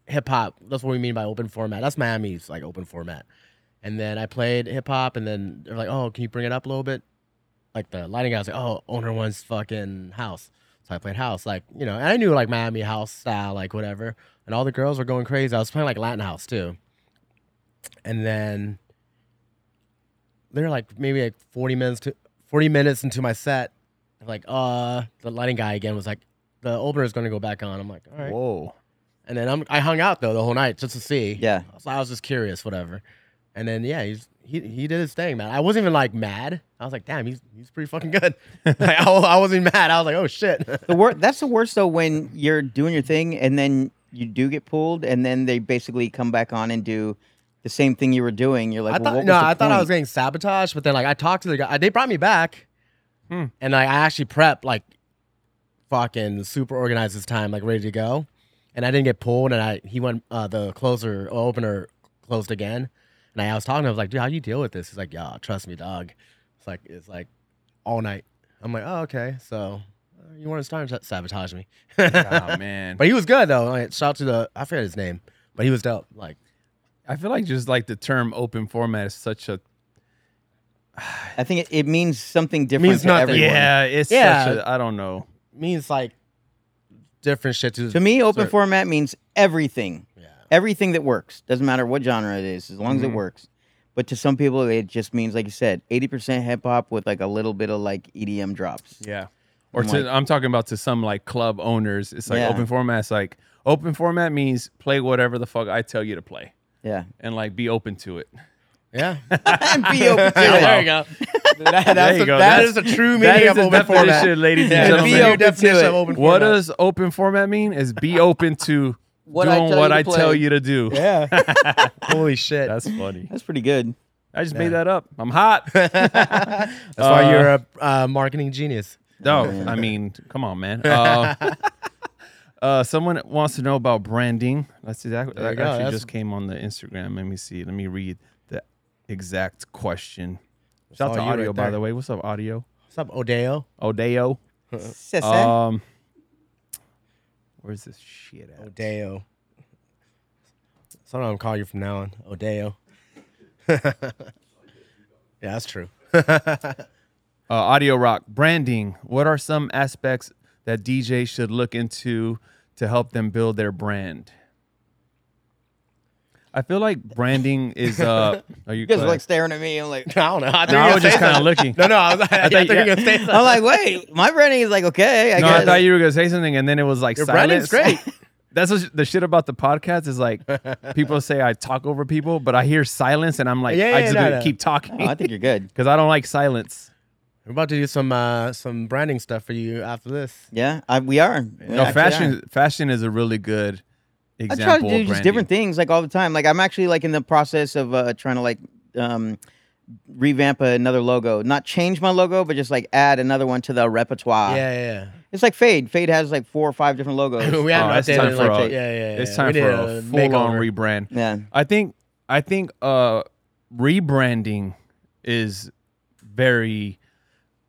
D: hip hop. That's what we mean by open format. That's Miami's like open format. And then I played hip hop, and then they're like, "Oh, can you bring it up a little bit?" Like the lighting guy was like, "Oh, owner wants fucking house." So I played house, like you know, and I knew like Miami house style, like whatever. And all the girls were going crazy. I was playing like Latin house too. And then they're like maybe like forty minutes to forty minutes into my set, they're like uh, the lighting guy again was like, "The opener is going to go back on." I'm like, "All right."
B: Whoa.
D: And then I'm, I hung out though the whole night just to see.
C: Yeah.
D: So I was just curious, whatever. And then yeah, he's, he he did his thing, man. I wasn't even like mad. I was like, damn, he's he's pretty fucking good. like, I, wa- I wasn't even mad. I was like, oh shit.
C: The wor- that's the worst though when you're doing your thing and then you do get pulled and then they basically come back on and do the same thing you were doing. You're like,
D: I
C: well,
D: thought
C: what
D: no,
C: was the
D: I thought I was
C: point?
D: getting sabotaged, but then like I talked to the guy. They brought me back,
B: Hmm.
D: and like, I actually prepped like fucking super organized this time, like ready to go. And I didn't get pulled, and I he went uh, the closer or opener closed again, and I, was talking to him. I was like, dude, how do you deal with this? He's like, yeah, trust me, dog. It's like it's like all night. I'm like, oh okay, so uh, you weren't starting to sabotage me,
B: Oh man.
D: but he was good though. Like, shout out to the I forget his name, but he was dope. Like
B: I feel like just like the term open format is such a
C: I think it, it means something different
D: means
C: to
D: nothing.
C: everyone.
B: yeah, it's
D: Yeah.
B: such a I don't know.
D: means like different shit to
C: To me, open
D: Sir.
C: format means everything.
D: Yeah. Mm-hmm.
C: Everything that works. Doesn't matter what genre it is, as long as
B: Mhm.
C: it works. But to some people, it just means, like you said, 80% hip hop with like a little bit of like EDM drops.
B: Yeah. Or
C: I'm
B: to,
C: like-
B: I'm talking about to some like club owners. It's like
C: Yeah.
B: open format. It's like open format means play whatever the fuck I tell you to play
C: Yeah.
B: and like be open to it.
D: Yeah.
C: and be open to
D: Yeah,
C: it.
D: there you go. That- that's
B: you
D: a-
B: go.
D: that
B: That's-
D: is a true
B: that
D: meaning
B: is
D: of
B: the
D: open
B: definition,
D: format.
B: ladies
C: Yeah,
B: and
D: That's
C: be
D: the
B: gentlemen.
D: new
C: open to
D: definition
C: it.
D: of open
B: What
D: format.
B: does open format mean? Is be open to
C: What I
B: doing
C: tell you
B: what
C: to
B: I
C: play.
B: tell you to do.
D: Yeah. Holy shit. That's,
B: That's funny.
C: That's pretty good.
B: I just made that up. I'm hot.
D: why
B: Uh,
D: you're a uh, marketing genius.
B: No, I mean, come on, man. Uh, uh, someone wants to know about branding. Let's see. That,
D: There
B: that
D: you go,
B: actually
D: that's-
B: just came on the Instagram. Let me see. Let me read the exact question. Shout out
D: all
B: to
D: you right
B: Audio, by
D: there.
B: the way. What's up, Audio?
D: What's up, Odeo?
B: Odeo.
D: Uh,
C: Sissy.
B: Um, where's this shit at?
D: Odeo. Sometimes I'll call you from now on. Odeo. yeah, that's true.
B: uh, audio rock branding what are some aspects that dj should look into to help them build their brand i feel like branding is uh are you,
C: You guys
B: glad?
C: were like staring at me. I'm like,
D: I don't know. I, thought you
B: No,
D: were
B: i
D: gonna
B: was
D: say
B: just kind of
D: something.
B: looking
D: No, no. I, was, I, thought,
B: thought-
D: you were
B: yeah.
D: going to say something.
C: I'm like, wait, my branding is like okay. I
B: no
C: guess.
B: i thought you were gonna say something and then it was like
D: Your
B: silence
D: branding's great.
B: that's the sh- the shit about the podcast is like people say I talk over people, but I hear silence and I'm like,
D: Yeah,
B: I
D: yeah,
B: just
D: no, no.
B: keep talking
C: Oh, I think you're good.
B: because I don't like silence.
D: We're about to do some uh, some branding stuff for you after this.
C: Yeah, I, we are. We
B: No,
C: actually are.
B: fashion fashion is a really good
C: I
B: example.
C: try to do
B: of
C: just
B: branding.
C: different things like all the time. Like I'm actually like in the process of uh, trying to like um, revamp another logo, not change my logo, but just like add another one to the repertoire.
D: yeah, yeah,
C: It's like Fade. Fade has like four or five different
D: yeah.
C: logos.
D: we haven't
B: Oh, it's
D: updated
B: time
D: in,
B: for
D: like
B: a-
D: yeah, yeah, yeah.
B: It's
D: We
B: time
D: need
B: for a full on
D: makeover.
B: rebrand.
C: yeah.
B: I think I think uh rebranding is very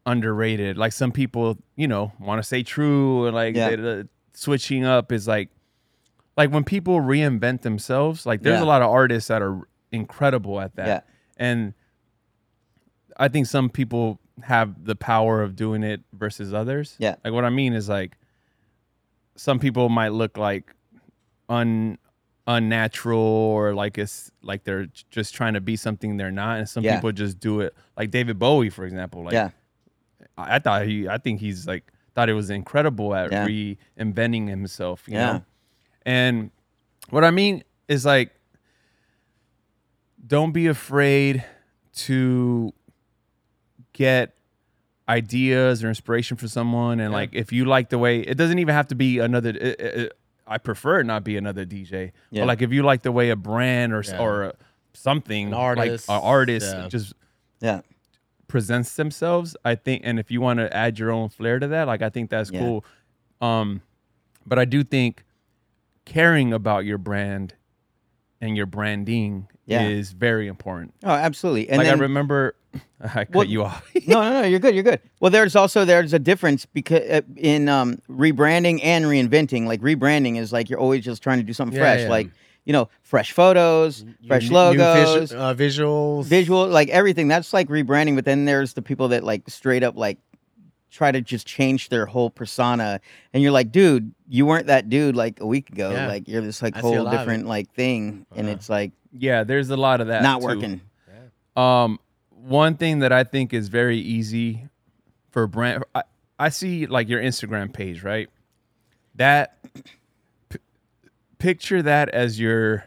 B: underrated. Like some people, you know, want to say true and like
C: Yeah.
B: they- the switching up is like like when people reinvent themselves, like there's
C: Yeah.
B: a lot of artists that are incredible at that.
C: Yeah.
B: And I think some people have the power of doing it versus others.
C: Yeah.
B: Like what I mean is like some people might look like un unnatural or like it's like they're j- just trying to be something they're not and some
C: Yeah.
B: people just do it like david bowie for example like
C: Yeah.
B: i, I thought he i think he's like thought it was incredible at
C: Yeah.
B: reinventing himself you
C: Yeah.
B: know and what i mean is like don't be afraid to get ideas or inspiration from someone and like if you like the way it doesn't even have to be another it, it- it- i prefer it not be another dj
C: Yeah.
B: but like if you like the way a brand or s
D: Yeah.
B: or a- something
D: An artist,
B: like an artist
D: yeah.
B: just
C: Yeah.
B: presents themselves i think and if you want to add your own flair to that like i think that's
C: Yeah.
B: cool um but i do think caring about your brand and your branding
C: Yeah.
B: is very important
C: Oh, absolutely. And
B: like
C: then,
B: i remember i cut
C: Well,
B: you off
C: no, no, no, you're good. You're good. Well, there's also there's a difference because in um, rebranding and reinventing. Like rebranding is like you're always just trying to do something
D: Yeah,
C: fresh,
D: yeah.
C: like you know, fresh photos, fresh
D: New- new visu-
C: logos,
D: uh, visuals,
C: visual, like everything. That's like rebranding. But then there's the people that like straight up like try to just change their whole persona, and you're like, dude, you weren't that dude like a week ago.
D: Yeah.
C: Like you're this like
D: I see a
C: whole
D: lot of
C: different like thing, and
D: Uh-huh.
C: it's like
B: yeah there's a lot of that
C: not
B: too.
C: working.
B: Um, one thing that I think is very easy for brand, I, I see like your Instagram page, right? That p- picture that as your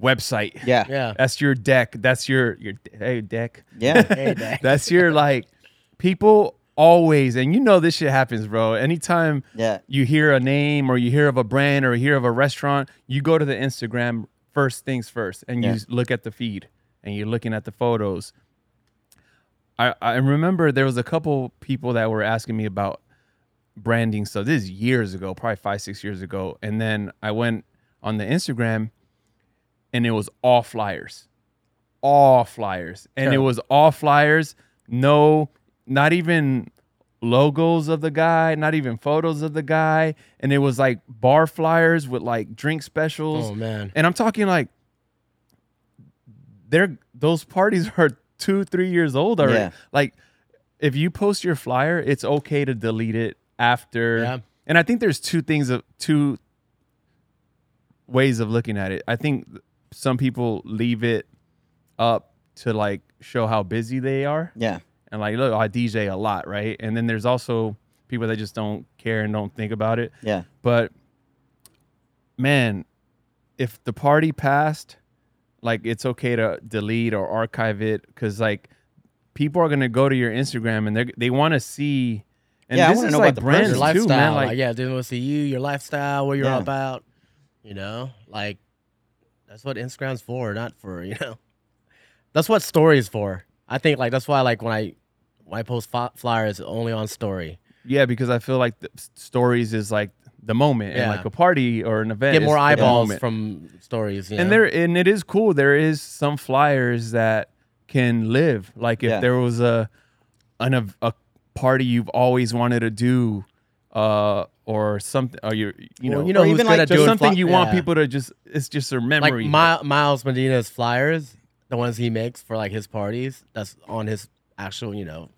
B: website.
C: Yeah, yeah,
D: Yeah.
B: that's your deck. That's your your hey deck.
C: yeah.
D: Hey, Dad.
B: That's your like people always, and you know this shit happens, bro. Anytime you hear a name or you hear of a brand or you hear of a restaurant, you go to the Instagram first things first and you
C: Yeah.
B: look at the feed and you're looking at the photos. I, I remember there was a couple people that were asking me about branding stuff. This is years ago, probably five, six years ago. And then I went on the Instagram and it was all flyers. All flyers. And it
D: Terrible.
B: was all flyers. No, not even logos of the guy, not even photos of the guy. And it was like bar flyers with like drink specials.
D: Oh man.
B: And I'm talking like they're those parties are two, three years old already.
C: Yeah.
B: Like if you post your flyer, it's okay to delete it after.
D: Yeah.
B: And I think there's two things of two ways of looking at it. I think some people leave it up to like show how busy they are
C: yeah.
B: and like look, I DJ a lot, right? And then there's also people that just don't care and don't think about it.
C: yeah.
B: But man, if the party passed, like it's okay to delete or archive it because like people are gonna go to your Instagram and they they want to see. And
C: Yeah, I
B: this
C: wanna
B: is
C: know about
B: like
C: the
B: brands
C: person.
D: your
B: too,
D: lifestyle.
B: man.
D: like,
B: Like,
D: yeah, they want to see you, your lifestyle, what you're
C: Yeah.
D: about. You know, like that's what Instagram's for, not for you know. That's what stories for. I think like that's why like when I when I post fo- flyers only on story,
B: yeah, because I feel like the s- stories is like the moment, and
D: Yeah.
B: like a party or an event,
D: get
B: is
D: more
B: the
D: eyeballs
B: moment.
D: from stories. You
B: and
D: know?
B: there and it is cool there is some flyers that can live like if
C: Yeah.
B: there was a an ev- a party you've always wanted to do uh or something or you you know,
D: Well, you know
C: or
D: who's
C: even
D: good
C: like
D: at
B: just
D: doing
B: something
D: fly-
B: you want
D: yeah.
B: people to just it's just their
D: like
B: memory
D: My- Miles Medina's flyers, the ones he makes for like his parties. That's on his actual you know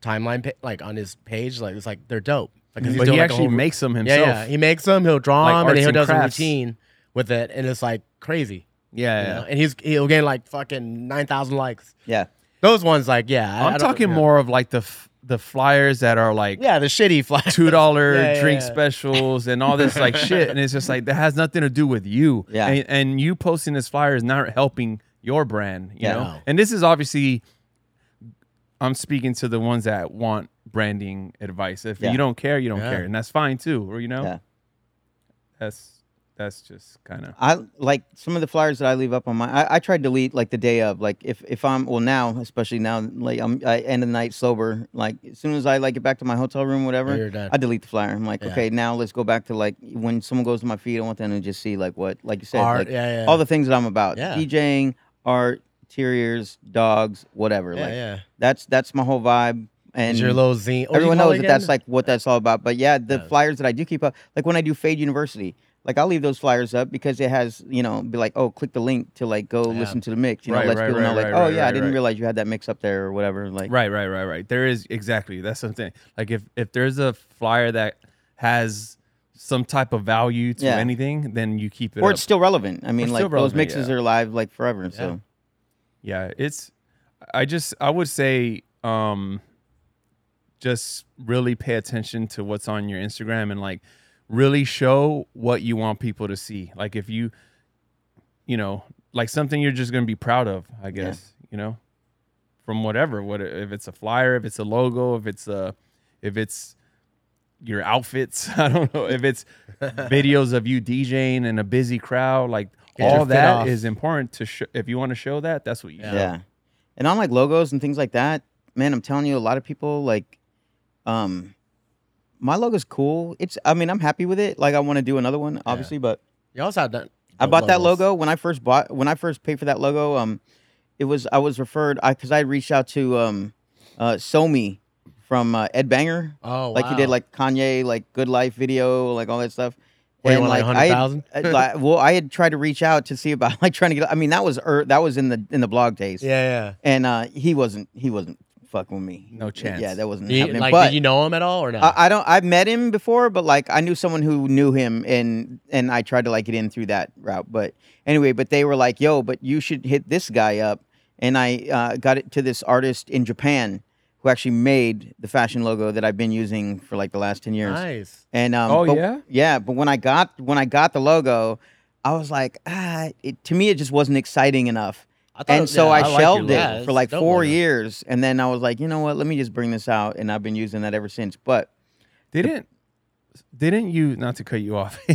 D: timeline, pa- like on his page. Like it's like they're dope. Like, 'cause he's
B: but
D: doing,
B: he
D: like, a
B: actually
D: whole-
B: makes them
D: Yeah,
B: himself
D: yeah, he makes them. He'll draw
B: Like
D: them, and
B: arts
D: then he'll
B: and
D: do some
B: crafts.
D: routine with it, and it's like crazy.
B: yeah,
D: you
B: yeah.
D: know? And he's he'll gain like fucking nine thousand likes.
C: Yeah.
D: Those ones, like yeah, I- I
B: i'm
D: don't-
B: talking
D: yeah.
B: more of like the f- the flyers that are like
D: Yeah, the shitty fly.
B: two dollar
D: Yeah, yeah,
B: drink
D: yeah.
B: specials and all this like shit, and it's just like that has nothing to do with you.
C: Yeah.
B: and, and you posting this flyer is not helping your brand. You
C: Yeah.
B: know,
D: No.
B: and this is obviously. I'm speaking to the ones that want branding advice. If
C: Yeah.
B: you don't care, you don't
D: Yeah.
B: care, and that's fine too. Or you know,
C: Yeah.
B: that's that's just kind of
C: I like some of the flyers that I leave up on my. I, I try to delete like the day of. Like if if I'm well now, especially now, like I'm I end of the night sober. Like as soon as I like get back to my hotel room, whatever,
D: You're done.
C: I delete the flyer. I'm like,
D: Yeah.
C: okay, now let's go back to like when someone goes to my feed. I want them to just see like what, like you said,
D: Art,
C: like,
D: yeah, yeah.
C: all the things that I'm about:
D: Yeah.
C: DJing, art, terriers, dogs, whatever.
D: yeah,
C: like
D: yeah.
C: that's that's my whole vibe. And
D: It's your
B: Oh,
D: little zine. What do you
C: everyone
D: call
C: knows
D: it
C: that that's
D: again?
C: like what that's all about. But yeah, the
D: Yeah.
C: flyers that I do keep up, like when I do Fade University, like I'll leave those flyers up because it has, you know, be like, oh, click the link to like go
D: Yeah.
C: listen to the mix. You
B: Right,
C: know, lets
B: right,
C: people know
B: right,
C: like,
B: right,
C: oh
B: right,
C: yeah, I
B: right,
C: didn't
B: right.
C: realize you had that mix up there or whatever. Like,
B: Right, right, right, right. There is exactly that's something. Like if if there's a flyer that has some type of value to
C: Yeah.
B: anything, then you keep it.
C: or
B: up.
C: it's still relevant. I mean,
B: It's
C: like
B: still
C: those
B: relevant,
C: mixes
B: yeah.
C: are live like forever. So
B: yeah, it's. I just I would say um, just really pay attention to what's on your Instagram and like really show what you want people to see. Like if you, you know, like something you're just gonna be proud of, I guess. You know, from whatever. What if it's a flyer? If it's a logo? If it's a, if it's your outfits? I don't know. If it's videos of you DJing in a busy crowd, like
D: Get your
B: all
D: fit
B: that
D: off.
B: is important to show. If you want to show that, that's what you.
D: Yeah.
C: yeah. and on like logos and things like that, man, I'm telling you, a lot of people like, um, my logo's cool. It's, I mean, I'm happy with it. Like, I want to do another one, obviously, but
D: You also have done.
C: I
D: the
C: bought that
D: logos.
C: logo when I first bought when I first paid for that logo. Um, it was I was referred I because I reached out to um, uh, Somi from uh, Ed Banger,
D: Oh,
C: like he did
D: wow.
C: like Kanye like Good Life video, like all that stuff.
D: What, you want, like,
C: I had-
D: 100,000?
C: I- like, well, I had tried to reach out to see about like trying to get. I mean, that was er, that was in the in the blog days,
D: Yeah,
C: and uh, he wasn't he wasn't fucking with me.
B: No chance.
C: Yeah, that wasn't
D: yeah. You-
C: happening.
D: like,
C: but
D: did you know him at all or not?
C: I, I don't. I've met him before, but like I knew someone who knew him, and and I tried to like get in through that route. But anyway, but they were like, "Yo, but you should hit this guy up." And I uh, got it to this artist in Japan who actually made the fashion logo that I've been using for like the last ten years.
D: nice.
C: And um,
B: Oh,
C: but-
B: yeah?
C: yeah. But when I got when I got the logo, I was like, ah, it, to me it just wasn't exciting enough.
D: I thought-
C: And so
D: yeah,
C: I,
D: I like your
C: shelved
D: logo.
C: it
D: Yeah, it's
C: for like
D: dope
C: four
D: logo.
C: years, and then I was like, you know what? Let me just bring this out, and I've been using that ever since. But
B: Didn't didn't you not to cut you off?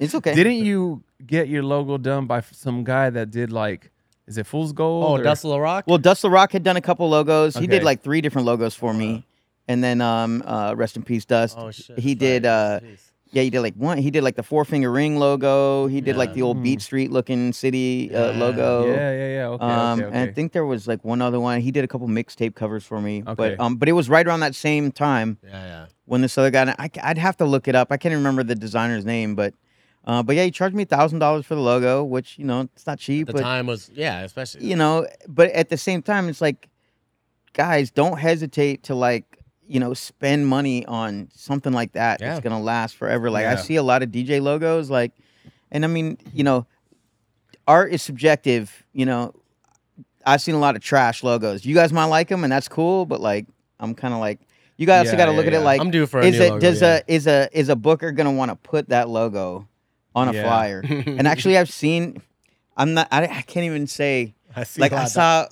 C: It's okay.
B: Didn't you get your logo done by f- some guy that did like is it Fool's Gold?
D: Oh,
B: or-
D: Dustin LaRock.
C: Well, Dust the Rock had done a couple logos. He did
B: Okay. Uh-huh.
C: like three different logos for me. And then um uh rest in peace Dust.
D: oh shit.
C: he
D: that's right.
C: did uh
D: Jeez.
C: yeah, he did like one he did like the four finger ring logo. He did like
D: Yeah.
C: the old Beat Street looking city uh,
D: Yeah.
C: logo.
B: Mm-hmm. Yeah, yeah, yeah. Okay,
C: um
B: okay, okay.
C: and I think there was like one other one. He did a couple mixtape covers for me.
B: Okay.
C: But um but it was right around that same time
D: Yeah, yeah.
C: when this other guy I would have to look it up. I can't remember the designer's name, but uh but yeah, he charged me $1000 for the logo, which, you know, it's not cheap,
D: The
C: but
D: time was yeah, especially.
C: you know but at the same time it's like guys don't hesitate to like you know spend money on something like that
D: Yeah.
C: it's gonna last forever like i
B: Yeah.
C: see a lot of dj logos like and i mean you know art is subjective you know i've seen a lot of trash logos you guys might like them and that's cool but like i'm kind of like you guys also
B: Yeah,
C: got to
B: yeah,
C: look at
B: yeah.
C: it like
D: I'm due for a
C: is
D: new
C: it
D: logo,
C: does uh,
D: yeah.
C: a is a is a booker gonna want to put that logo on a
B: Yeah.
C: flyer and actually i've seen i'm not i, I can't even say
D: I see
C: like
D: a lot
C: I
D: of-
C: saw.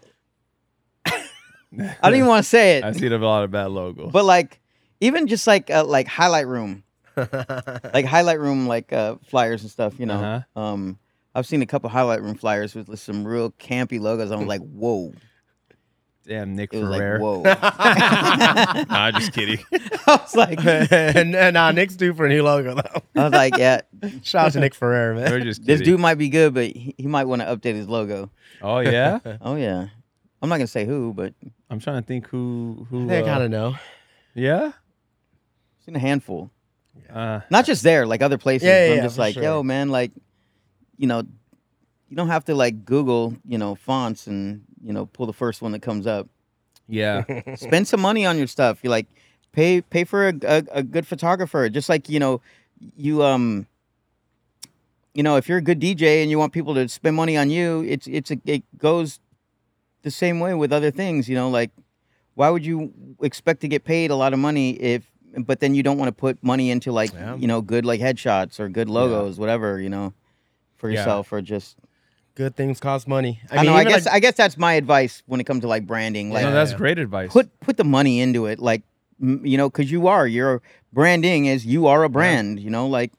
C: I don't even want to say
B: I
C: it,
B: see a lot of bad logos.
C: but like even just like uh, like highlight room, like highlight room like uh, flyers and stuff. You know,
B: Uh-huh.
C: um, I've seen a couple highlight room flyers with like, some real campy logos. I'm like, whoa!
B: Damn, Nick
C: It was
B: Ferrer.
C: like, whoa! I
B: nah, just kidding.
C: was like, I
D: and, and uh, Nick's due for a new logo though.
C: was like, yeah,
D: Shout out to Nick Ferrer, man.
B: We're just
C: this
B: kidding.
C: dude might be good, but he, he might want to update his logo.
B: Oh yeah,
C: Oh yeah, I'm not gonna say who, but I've
B: I'm trying to think who who.
D: I think I
B: uh,
D: kind of know.
B: yeah.
C: seen a handful.
B: Uh,
C: not just there, like other places.
D: Yeah, yeah,
C: I'm
D: yeah,
C: just
D: for
C: like,
D: sure.
C: yo, man, like, you know, you don't have to like Google, you know, fonts and you know, pull the first one that comes up.
B: yeah.
D: Mm.
C: Spend some money on your stuff. You like pay pay for a, a, a good photographer. Just like you know, you um, you know, if you're a good DJ and you want people to spend money on you, it's it's a, it goes the same way with other things. You know, like why would you expect to get paid a lot of money if but then you don't want to put money into like
D: Yeah.
C: you know good like headshots or good logos whatever you know for
B: Yeah.
C: yourself or just
D: Good things cost money.
C: I, know I
D: even,
C: guess
D: like-
C: I guess that's my advice when it comes to like branding like
B: no, that's great advice.
C: put put the money into it like m- you know cuz you are your branding is you are a brand you know like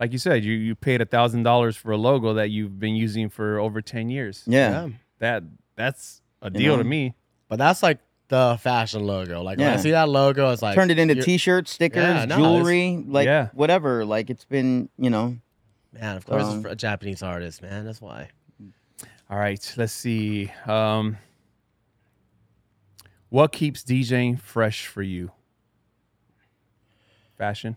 B: like you said, you you paid a thousand dollars for a logo that you've been using for over ten years.
C: yeah,
D: yeah.
B: that that's a deal
C: know?
B: to me.
D: But that's like the fashion logo. Like when I
C: Yeah.
D: see that logo, it's like
C: turned it into
D: you're-
C: t-shirts stickers
D: Yeah, no, it's-
C: jewelry like
B: Yeah.
C: whatever like it's been you know
D: Man, of course,
C: Um,
D: it's for a Japanese artist, man. That's why.
B: All right, let's see. Um, what keeps DJing fresh for you? Fashion.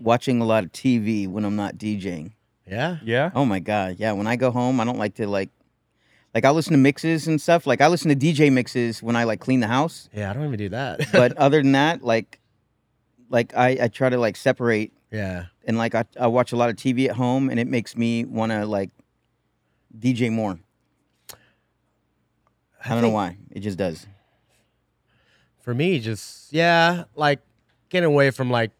C: watching a lot of TV when I'm not DJing
D: Yeah.
B: Yeah.
C: Oh my god, yeah. When I go home, I don't like to like, like I listen to mixes and stuff. Like I listen to DJ mixes when I like clean the house.
D: Yeah, I don't even do that.
C: But other than that, like, like I I try to like separate
D: yeah.
C: and like I I watch a lot of TV at home and it makes me want to like DJ more. I, don't know
D: think-
C: why. It just does.
D: For me, just yeah, like getting away from like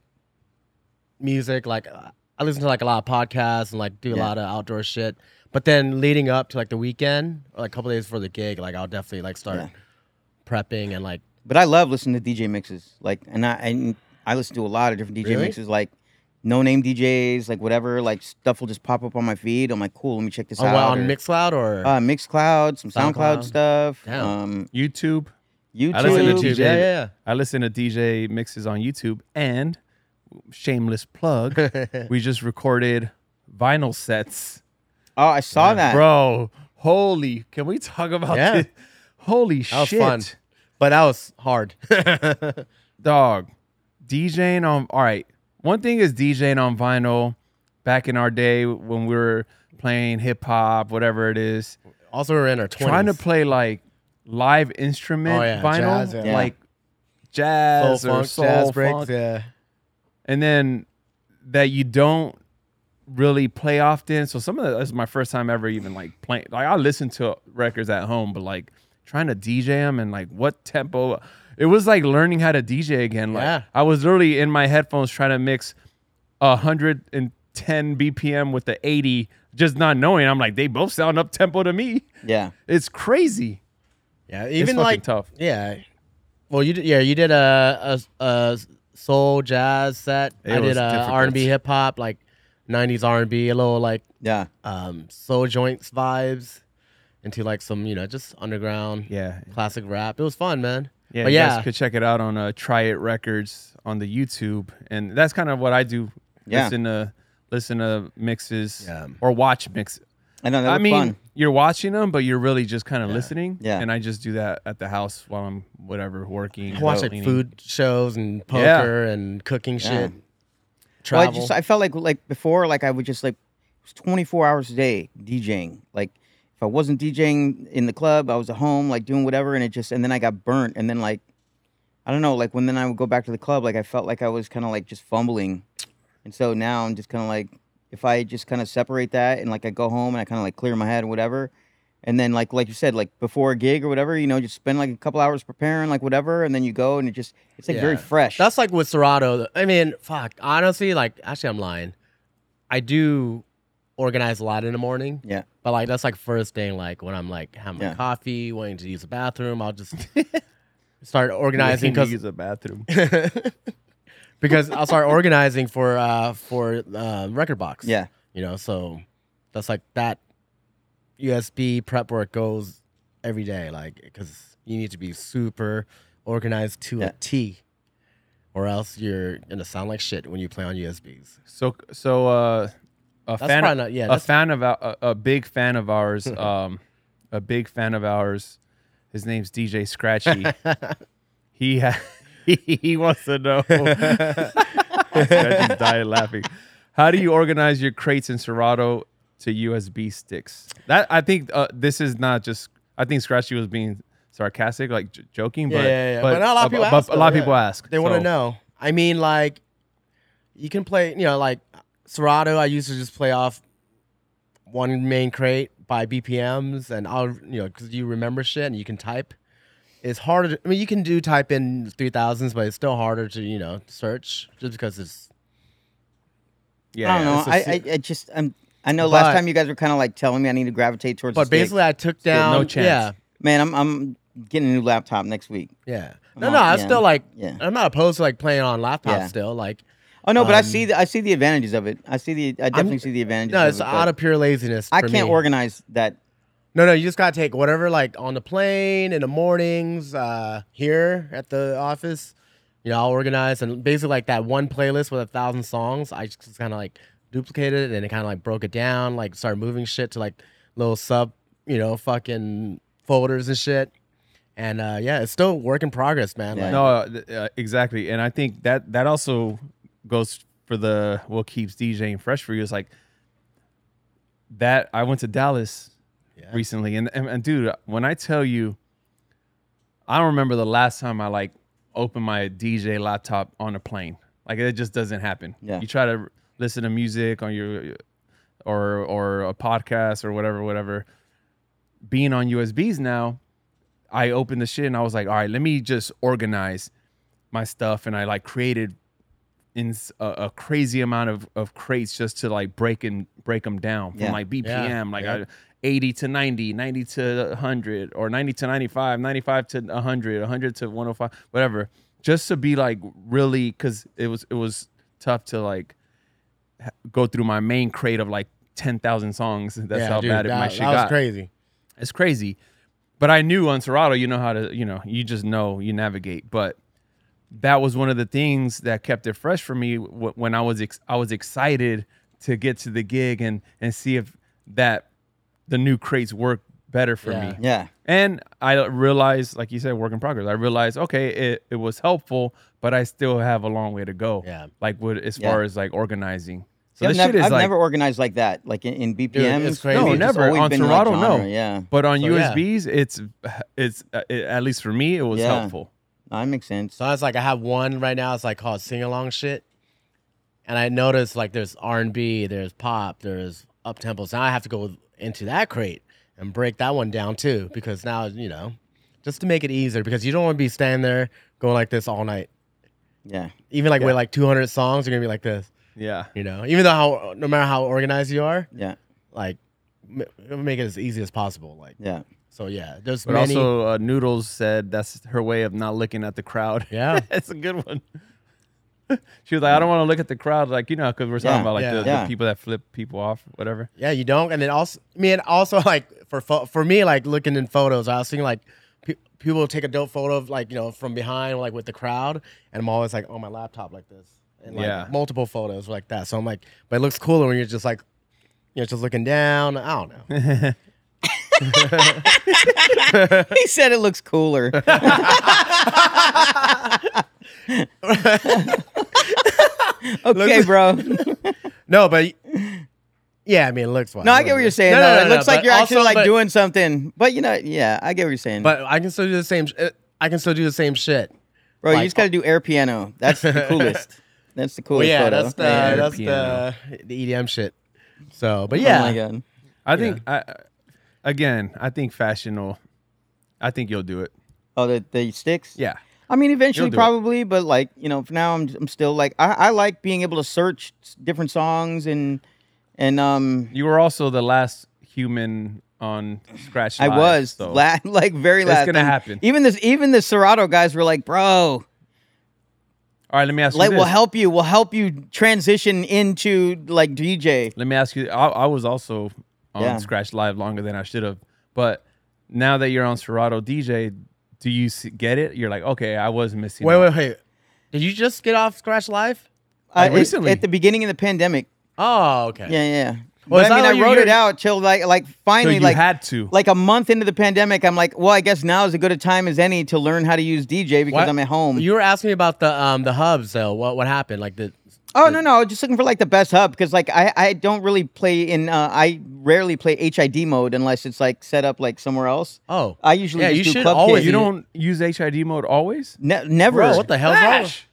D: music. Like uh, I listen to like a lot of podcasts and like do a
C: Yeah.
D: lot of outdoor shit. But then leading up to like the weekend, or, like a couple days before the gig, like I'll definitely like start
C: Yeah.
D: prepping and like
C: But I love listening to DJ mixes. Like, and I and I listen to a lot of different DJ
D: Really?
C: mixes. Like. No name DJs, like whatever, like stuff will just pop up on my feed. I'm like, cool, let me check this
D: oh,
C: out.
D: well, on
C: or-
D: Mixcloud or
C: Uh, Mixcloud, some SoundCloud,
D: SoundCloud.
C: stuff,
D: Damn.
C: um,
B: YouTube.
C: YouTube.
B: I listen to
D: YouTube.
B: DJ.
D: Yeah, yeah,
B: I listen to DJ mixes on YouTube and shameless plug. we just recorded vinyl sets.
C: Oh, I saw that.
B: Bro, holy, can we talk about
D: Yeah.
B: this? Holy
D: That was
B: shit.
D: fun. but that was hard.
B: dog djing on all right one thing is djing on vinyl back in our day when we were playing hip-hop whatever it is
D: also, we we're in our twenties.
B: trying to play like live instrument
D: Oh, yeah,
B: vinyl
D: jazz,
A: yeah.
B: like jazz or soul funk.
D: Yeah.
B: and then that you don't really play often so some of the, this is my first time ever even like playing like i listen to records at home but like trying to dj them and like what tempo it was like learning how to dj again like
D: Yeah.
B: i was literally in my headphones trying to mix 110 bpm with the 80 just not knowing i'm like they both sound up tempo to me
C: Yeah,
B: it's crazy
D: Yeah,
B: it's
D: even
B: fucking
D: like
B: tough
D: yeah. Well, you did, yeah you did a a, a soul jazz set.
B: It
D: I
B: was
D: did a
B: difficult.
D: R and B hip hop like '90s R and B, a little like
C: yeah.
D: um soul joints vibes into like some you know just underground
B: yeah
D: classic rap. It was fun, man.
B: Yeah,
D: but
B: you
D: yeah,
B: guys could check it out on uh, Try It Records on the YouTube, and that's kind of what I do.
C: Yeah.
B: Listen to listen to mixes
D: Yeah.
B: or watch mix.
C: I know that
B: I
C: was
B: mean,
C: fun.
B: you're watching them, but you're really just kind of listening.
C: Yeah.
B: and I just do that at the house while I'm whatever working.
D: I watched like
B: cleaning.
D: food shows and
B: Yeah.
D: poker and cooking shit.
C: Well, I
D: Travel.
C: just I felt like like before, like I would just like it was 24 hours a day DJing. Like if I wasn't DJing in the club, I was at home, like doing whatever, and it just and then I got burnt, and then like I don't know, like when then I would go back to the club, like I felt like I was kind of like just fumbling, and so now I'm just kind of like if I just kind of separate that and like I go home and I kind of like clear my head or whatever. And then, like like you said, like before a gig or whatever, you know, just spend like a couple hours preparing, like whatever, and then you go and it just it's like very
D: Yeah.
C: fresh.
D: That's like with Serato. I mean, fuck. Honestly, like actually, I'm lying. I do organize a lot in the morning,
C: yeah,
D: but like that's like first thing. Like when I'm like having my
C: Yeah.
D: coffee, waiting to use the bathroom, I'll just start organizing
B: Waiting to
D: because
B: use a bathroom.
D: because I'll start organizing for uh for uh, record box.
C: yeah,
D: you know, so that's like that USB prep work goes every day, like because you need to be super organized to
C: Yeah.
D: a T, or else you're gonna sound like shit when you play on USBs.
B: So so uh, a
D: That's
B: fan
D: probably not. Yeah,
B: a
D: that's,
B: fan of a, a big fan of ours um a big fan of ours his name's dj scratchy he ha- he wants to know Scratchy's dying laughing how do you organize your crates in serato to usb sticks that i think uh, this is not just i think scratchy was being sarcastic like j- joking but,
D: Yeah, yeah, yeah. But not a lot of people
B: but
D: ask,
B: a lot of
D: though,
B: people
D: yeah.
B: ask
D: they want to
B: so-
D: know. I mean, like you can play. You know, like Serato. I used to just play off one main crate by BPMs, and I'll you know because you remember shit and you can type. it's harder. To, I mean, you can do type in three thousands, but it's still harder to you know search just because it's
B: Yeah.
C: I don't know.
D: it's a
C: I, I, I just I'm. I know last
D: But-
C: time you guys were kind of like telling me I need to gravitate towards. the
D: But
C: steak.
D: basically, I took
B: no
D: down.
B: chance.
D: Yeah,
C: man, I'm I'm getting a new laptop next week.
D: yeah. No,
C: on,
D: no. I'm
C: yeah,
D: still like.
C: yeah.
D: I'm not opposed to like playing on laptop
C: Yeah.
D: still. Like,
C: Oh no, but I
D: Um,
C: see the, I see the advantages of it. I see the I definitely see the advantages.
D: no,
C: of
D: it's
C: it, but
D: out of pure laziness.
C: I
D: for
C: can't
D: me.
C: organize that.
D: No, no. You just gotta take whatever like on the plane in the mornings uh here at the office. You know, I'll organize and basically like that one playlist with a thousand songs. I just kind of like duplicated it and it kind of like broke it down. Like started moving shit to like little sub, you know, fucking folders and shit. And uh yeah, it's still work in progress, man.
C: Yeah.
D: Like,
B: No, uh, th- uh, exactly, and I think that that also goes for the what keeps DJing fresh for you is like that. I went to Dallas
D: Yeah.
B: recently, and, and and dude, when I tell you, I don't remember the last time I like opened my DJ laptop on a plane. Like it just doesn't happen.
C: Yeah.
B: you try to listen to music on your or or a podcast or whatever, whatever. Being on USBs now, I opened the shit and I was like, all right, let me just organize my stuff. And I like created in s- a, a crazy amount of, of crates just to like break and break them down from
C: Yeah.
B: like BPM, like
D: Yeah.
B: I, 80 to 90, 90 to 100 or 90 to 95, 95 to 100, 100 to 105, whatever. Just to be like really, cause it was, it was tough to like ha- go through my main crate of like 10,000 songs. That's
D: Yeah,
B: how
D: dude,
B: bad it
D: that,
B: my shit
D: that was
B: got.
D: crazy.
B: It's crazy. But I knew on Serato, you know how to, you know, you just know, you navigate. But that was one of the things that kept it fresh for me wh- when I was ex- I was excited to get to the gig and and see if that the new crates work better for
D: Yeah.
B: me.
C: Yeah,
B: And I realized, like you said, work in progress. I realized, okay, it, it was helpful, but I still have a long way to go.
D: Yeah.
B: Like what as
C: Yeah.
B: far as like organizing. So
C: See, I've,
B: this
C: never,
B: shit is
C: I've
B: like
C: never organized like that, like in, in BPMs.
D: crazy.
B: no,
D: It's
B: never
C: always
B: on
C: been, like,
B: Serato. no,
C: genre, yeah.
B: But on
D: So, yeah.
B: USBs, it's it's uh, it- at least for me, it was
C: Yeah.
B: helpful.
C: That makes sense.
D: So it's like I have one right now. It's like called sing along shit, and I noticed like there's R and B, there's pop, there's up tempo. So now I have to go into that crate and break that one down too, because now you know, just to make it easier, because you don't want to be standing there going like this all night.
C: Yeah,
D: Even like with like 200 songs, you're gonna be like this,
B: Yeah,
D: you know. Even though how no matter how organized you are,
C: yeah,
D: like m- make it as easy as possible. Like
C: yeah.
D: so, yeah. There's
B: but
D: many.
B: also uh, Noodles said that's her way of not looking at the crowd.
D: Yeah.
B: that's a good one. she was like, I don't want to look at the crowd, like you know, because we're talking
C: Yeah,
B: about like
D: yeah.
B: the, the
C: Yeah.
B: people that flip people off, whatever.
D: Yeah, you don't. And then also, I mean, also like for pho- for me, like looking in photos, I was seeing like pe- people take a dope photo of like you know from behind, like with the crowd, and I'm always like on my laptop like this, and like
B: Yeah.
D: multiple photos like that. So I'm like, but it looks cooler when you're just like, you know, just looking down. I don't know.
C: he said it looks cooler. okay, bro.
D: no, but yeah, I mean, it looks.
C: No, I get what you're saying. though. it looks like
D: but
C: you're actually
D: also-
C: like
D: but-
C: doing something, but you know, yeah, I get what you're saying.
D: But I can still do the same. sh- uh, I can still do the same shit.
C: bro,
D: like-
C: you just got to do air piano. That's the coolest. That's the
D: Well,
C: coolest.
D: yeah,
C: photo.
D: that's the
C: Yeah.
D: that's
B: piano.
D: the the EDM shit. So, but
C: Oh
D: yeah,
C: my god.
B: I think I, again, I think fashion will. I think you'll do it.
C: Oh, the the sticks.
B: Yeah,
C: I mean, eventually,
B: do it.
C: probably, but like you know, for now, I'm I'm still like I, I like being able to search s- different songs and and um
B: you were also the last human on scratch.
C: I
B: Live,
C: was
B: so-
C: la- like very
B: It's
C: last.
B: gonna
C: time.
B: happen.
C: Even this even the Serato guys were like, bro,
B: All right, let me ask
C: like
B: you.
C: we'll
B: this.
C: help you, we'll help you transition into like DJ.
B: Let me ask you. I, I was also on
C: Yeah.
B: Scratch Live longer than I should have, but now that you're on Serato DJ, do you see, get it? You're like, okay, I was missing.
D: Wait,
B: out.
D: wait, wait. Did you just get off Scratch Live?
C: Uh,
B: Like
C: it-
B: recently.
C: at the beginning of the pandemic.
D: Oh, okay.
C: Yeah, yeah.
D: Well,
C: but
D: is that
C: I mean,
D: how
C: I
D: you-
C: wrote it
D: you're-
C: out till like like
B: So
C: finally
B: you
C: like
B: had to.
C: like a month into the pandemic. I'm like, well, I guess now is as good a time as any to learn how to use DJ because
D: What-
C: I'm at home.
D: You were asking me about the um the hubs though. What what happened? Like the
C: Oh no no! I was just looking for like the best hub because like I, I don't really play in uh, I rarely play HID mode unless it's like set up like somewhere else.
D: oh
C: I usually
D: yeah
C: just
D: you
C: do
D: should
C: club
D: always
C: kid.
B: you don't use HID mode always.
C: Ne- never.
D: bro what the hell
B: Flash.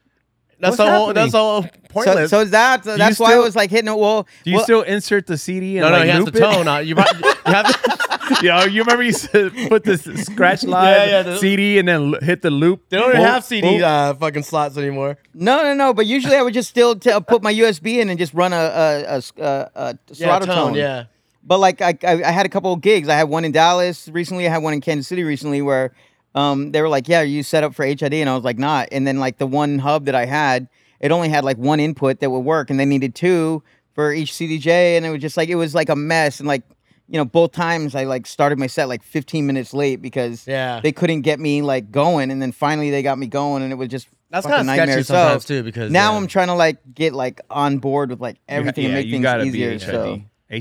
D: That's
B: What's
D: the whole.
B: happening?
D: That's the whole
C: So,
D: pointless.
C: so that that's why I
B: still-
C: was like hitting it. Well,
B: Do you
C: well,
B: still insert the CD and
D: no, no,
B: like
D: you have to
B: loop it?
D: tone. Uh, you, might- you have to.
B: you know, you remember you used to put this scratch line
D: Yeah, yeah, the-
B: CD and then l- hit the loop.
D: They don't even
B: Boop,
D: have CD
B: boop.
D: uh, fucking slots anymore.
C: no, no, no. But usually I would just still t- uh, put my USB in and just run a a, a, s- a, a Serato tone.
D: Yeah.
C: But like I, I, I had a couple of gigs. I had one in Dallas recently. I had one in Kansas City recently where um, they were like, "Yeah, are you set up for HID?" And I was like, "Not." And then like the one hub that I had, it only had like one input that would work, and they needed two for each CDJ, and it was just like it was like a mess. And like you know, both times I like started my set like 15 minutes late because
D: Yeah.
C: they couldn't get me like going, and then finally they got me going, and it was just
D: That's
C: fucking
D: kinda sketchy
C: nightmare.
D: sometimes,
C: so
D: too, because, uh,
C: now
D: yeah.
C: I'm trying to like get like on board with like everything
B: yeah,
C: and make
B: you
C: things
B: gotta
C: easier.
B: be HID.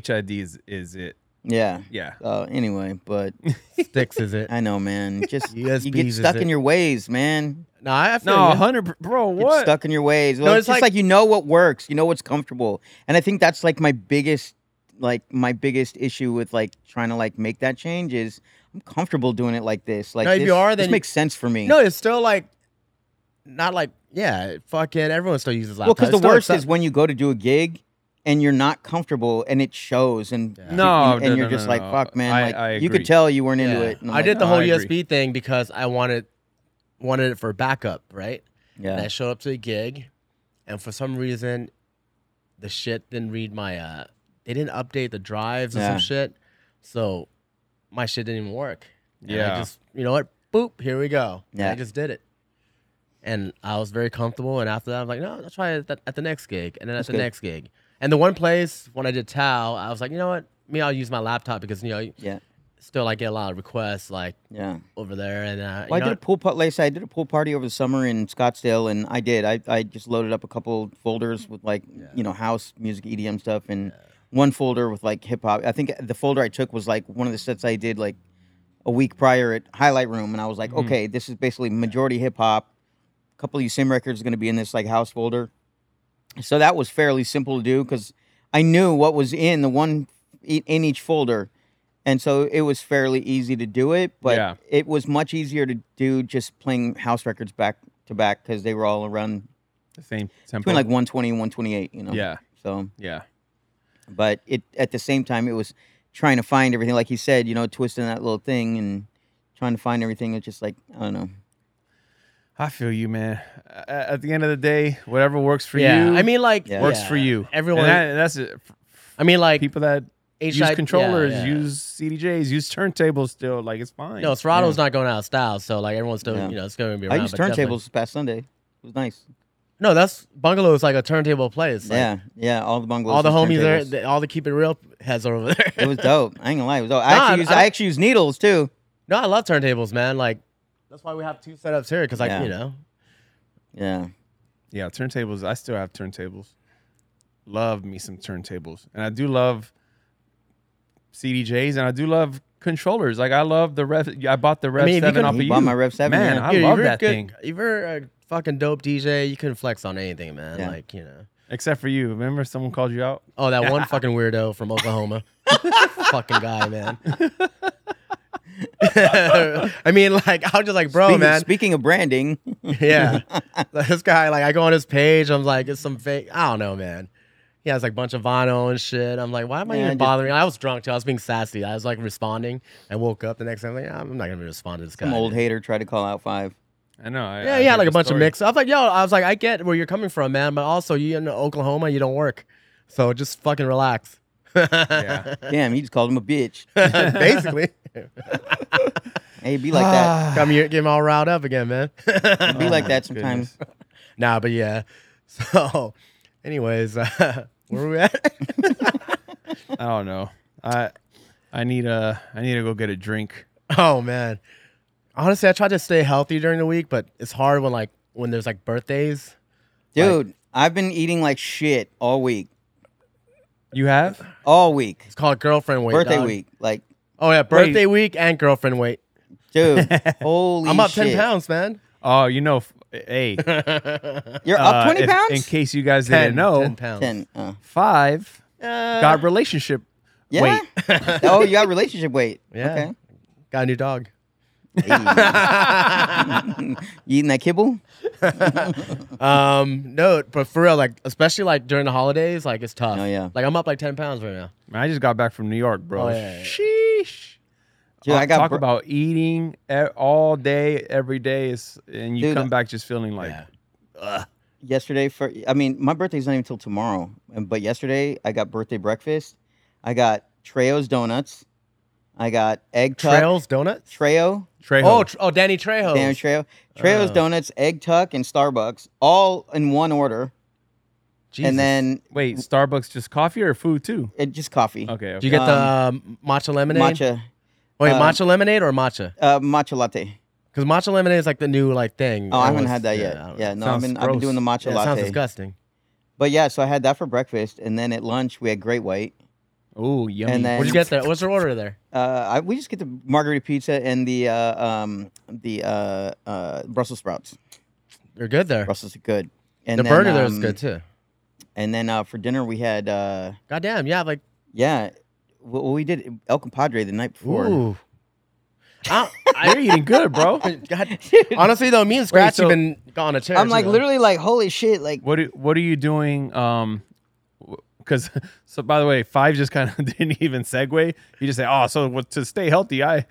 C: so
B: HID is, is it.
C: yeah.
B: Yeah.
C: Uh, anyway, but
D: Sticks is it?
C: I know, man. Just you
D: USBs
C: get
D: is
C: stuck in
D: it.
C: your ways, man.
D: No, I feel
B: No,
D: you.
B: 100 bro,
C: Get
B: what?
C: stuck in your ways. Well,
D: No,
C: it's,
D: it's
C: just
D: like-
C: like you know what works, you know what's comfortable, and I think that's like my biggest, like my biggest issue with like trying to like make that change is I'm comfortable doing it like this. Like
D: No, if
C: this,
D: you are,
C: this
D: then you-
C: makes sense for me.
D: No, it's still like, not like yeah. Fucking everyone still uses laptops.
C: well, because the
D: It's still
C: worst
D: accept-
C: is when you go to do a gig and you're not comfortable and it shows, and
D: Yeah.
C: and-
B: No,
C: and,
B: no, no,
C: you're
B: no,
C: just
B: no,
C: like,
B: no.
C: fuck, man.
B: I-
C: like
B: I
C: you
B: agree.
C: could tell you weren't into
D: Yeah.
C: it. and
D: I
C: I'm like,
D: did the
B: "Oh,
D: whole
B: I agree."
D: USB thing because I wanted wanted it for backup, right? And I
C: yeah,
D: showed up to a gig, and for some reason, the shit didn't read my. uh They didn't update the drives or
C: Yeah.
D: some shit, so my shit didn't even work. And I
B: Yeah.
D: just you know what? Boop, here we go. And
C: Yeah.
D: I just did it, and I was very comfortable. And after that, I'm like, no, I'll try it at, at the next gig, and then at the
C: good.
D: next gig, and the one place when I did Tao, I was like, you know what? Me, I'll use my laptop because you know,
C: yeah,
D: still I get a lot of requests like
C: yeah.
D: over there, and uh, you
C: Well, I
D: know
C: did a pool party. Like I said, I did a pool party over the summer in Scottsdale, and I did. I, I just loaded up a couple folders with like you know house music, EDM stuff, and one folder with like hip hop. I think the folder I took was like one of the sets I did like a week prior at Highlight Room, and I was like,
D: Mm-hmm.
C: okay, this is basically majority hip hop. A couple of you sim records going to be in this like house folder, so that was fairly simple to do because I knew what was in the one e- in each folder. And so it was fairly easy to do it, but
B: Yeah.
C: it was much easier to do just playing house records back to back because they were all around
B: The same tempo.
C: between like 120 and 128, you know?
B: yeah.
C: So,
B: Yeah.
C: but it at the same time, it was trying to find everything, like he said, you know, twisting that little thing and trying to find everything. It's just like, I don't know.
B: I feel you, man. A- a- At the end of the day, whatever works for
D: yeah.
B: you
D: I mean, like
C: Yeah.
B: works
D: yeah,
B: for you.
D: Everyone,
B: and that- that's it. F-
D: I mean, like
B: People that use
D: HID
B: controllers,
D: yeah, yeah.
B: use CDJs, use turntables. Still, like it's fine.
D: No, Serrato's not going out of style, so like everyone's still,
C: Yeah.
D: you know, it's going to be.
C: I
D: Around,
C: used
D: but definitely-
C: turntables this past Sunday. It was nice.
D: No, that's bungalow is like a turntable place. Like,
C: yeah. Yeah. All the bungalows.
D: all the
C: and
D: homies there,
C: turntables.
D: they- all the keep it real heads are over there.
C: It was dope. I ain't gonna lie. It was dope. I,
D: Nah,
C: actually used,
D: I
C: I,
D: don't-
C: actually used needles too.
D: no, I love turntables, man. Like that's why we have two setups here because, like,
C: Yeah.
D: you know,
C: Yeah.
B: Yeah, turntables. I still have turntables. Love me some turntables, and I do love CDJs, and I do love controllers. Like I love the Rev. I bought the Rev
D: mean, if you
B: Seven
D: could-
B: off of
D: You
B: you.
C: bought my Rev 7,
B: Man,
C: yeah.
B: I
D: Dude,
B: love
D: if you're
B: that
D: good-
B: thing.
D: If you're a fucking dope DJ, you can flex on anything, man.
C: Yeah.
D: Like you know,
B: Except for you. Remember, someone called you out.
D: oh that one fucking weirdo from Oklahoma, fucking guy, man. I mean, like I was just like, bro,
C: speaking,
D: man.
C: Speaking of branding,
D: yeah. Like, this guy, like, I go on his page. I'm like, it's some fake. I don't know, man. He has like a bunch of vinyl and shit. I'm like, why am I
C: Yeah,
D: even
C: just-
D: bothering? I was drunk too. I was being sassy. I was like responding. I woke up the next day. I'm like, "Ah, I'm not gonna respond to this guy.
C: some old hater tried to call out five.
B: I know. I,
D: yeah,
B: I
D: he had
B: heard
D: like
B: the
D: a bunch
B: story.
D: of mix. I was like, yo, I was like, I get where you're coming from, man. But also, you in Oklahoma, you don't work, so just fucking relax.
B: Yeah.
C: Damn, he just called him a bitch.
D: Basically,
C: Hey, be like that.
D: come here, get him all riled up again, man. Ah,
C: Be like that sometimes.
D: Nah, but yeah. So, anyways, uh, where were we at?
B: I don't know. I I need a I need to go get a drink.
D: Oh man. Honestly, I try to stay healthy during the week, but it's hard when like when there's like birthdays.
C: Dude, I've been eating like shit all week.
B: You have?
C: All week.
D: It's called girlfriend weight.
C: Birthday
D: dog.
C: week. Like,
D: Oh yeah, birthday week and girlfriend weight.
C: dude, holy
D: I'm up
C: shit.
D: ten pounds, man.
B: Oh, you know, f- hey.
C: You're
B: uh,
C: up 20
B: if-
C: pounds?
B: In case you guys
D: Ten,
B: didn't know,
D: ten pounds.
C: 10. uh,
B: five
D: Uh,
B: got relationship
C: yeah.
B: weight.
C: oh, you got relationship weight.
D: yeah.
C: Okay.
D: Got a new dog.
C: you eating that kibble?
D: Um, no, but for real, like especially like during the holidays, like it's tough.
C: Oh, yeah.
D: Like I'm up like ten pounds right now.
B: Man, I just got back from New York, bro.
D: Oh, yeah, yeah.
B: Sheesh.
C: Dude,
B: Talk-
C: I got
B: talk
C: bro-
B: about eating e- all day, every day, is, and you
C: Dude,
B: come
C: I-
B: back just feeling like,
D: uh, Yeah.
C: yesterday for I mean, my birthday's not even till tomorrow. And but yesterday I got birthday breakfast. I got Trejo's donuts. I got egg tuck.
D: Trails donuts.
C: Trejo.
B: Trejo.
D: Oh, tr- oh, Danny Trejo.
C: Damn Trejo. Trejo's
D: Oh.
C: donuts, egg tuck, and Starbucks, all in one order.
D: Jesus.
C: And then
B: wait, Starbucks just coffee or food too?
C: it, just coffee.
B: Okay,
D: do
B: okay.
D: you get the um, matcha lemonade?
C: Matcha.
D: Wait,
C: um,
D: matcha lemonade or matcha?
C: Uh, matcha latte.
D: Because matcha lemonade is like the new like thing.
C: Oh, I haven't
D: Everyone's-
C: had that
D: I
C: yet.
D: don't
C: Yeah, no,
D: know.
C: I've
B: Sounds
C: been, I've been doing the matcha
D: Yeah, it sounds
C: latte.
D: disgusting.
C: But yeah, so I had that for breakfast, and then at lunch we had Great White.
B: Oh, yummy.
C: and then-
D: What'd you get there? What's your order there?
C: Uh, I, we just get the margarita pizza and the uh, um, the uh, uh, Brussels sprouts.
D: They're good there.
C: Brussels are good. And
D: the
C: then,
D: burger there is
C: um,
D: good too.
C: And then uh, for dinner we had uh,
D: Goddamn, yeah, like
C: yeah, well, we did El Compadre the night before.
D: ooh. I,
B: You're
D: I,
B: eating good, bro.
D: God, honestly though, me and Scratchy
B: so-
D: been on a tear.
C: I'm like
D: too.
C: literally like holy shit like
B: What are, what are you doing? Um, because so by the way, five just kind of didn't even segue. You just say, oh, so what, to stay healthy, I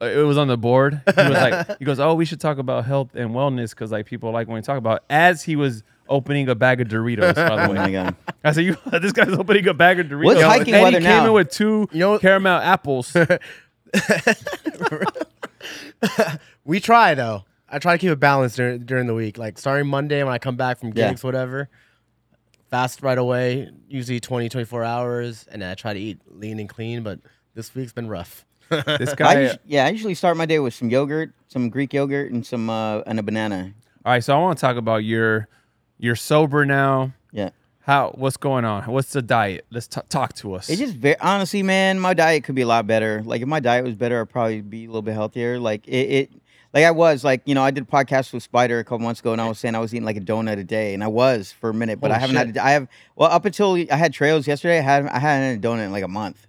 B: uh, it was on the board. He was like, he goes, oh, we should talk about health and wellness because like people like when we talk about. As he was opening a bag of Doritos, by the
C: oh my
B: way,
C: god
B: I said, you this guy's opening a bag of Doritos.
C: What's hiking
B: and
C: weather
B: he
C: now?
B: came in with two
D: You know-
B: caramel apples.
D: we try though. I try to keep it balanced during during the week. Like starting Monday when I come back from
C: Yeah.
D: gigs, whatever. Fast right away, usually 20, 24 hours, and I try to eat lean and clean. But this week's been rough.
B: this
C: I
B: guy.
C: usu- yeah I usually start my day with some yogurt some Greek yogurt and some uh, and a banana
B: All right, so I want to talk about your you're sober now.
C: yeah
B: How what's going on? What's the diet? Let's t- talk to us.
C: It just very honestly, man. My diet could be a lot better. Like if my diet was better, I'd probably be a little bit healthier. Like it, it like I was like you know I did a podcast with Spider a couple months ago, and I was saying I was eating like a donut a day, and I was for a minute, but
B: Holy
C: I haven't
B: shit.
C: had. A, I have well up until I had trails yesterday. I had I hadn't had a donut in like a month,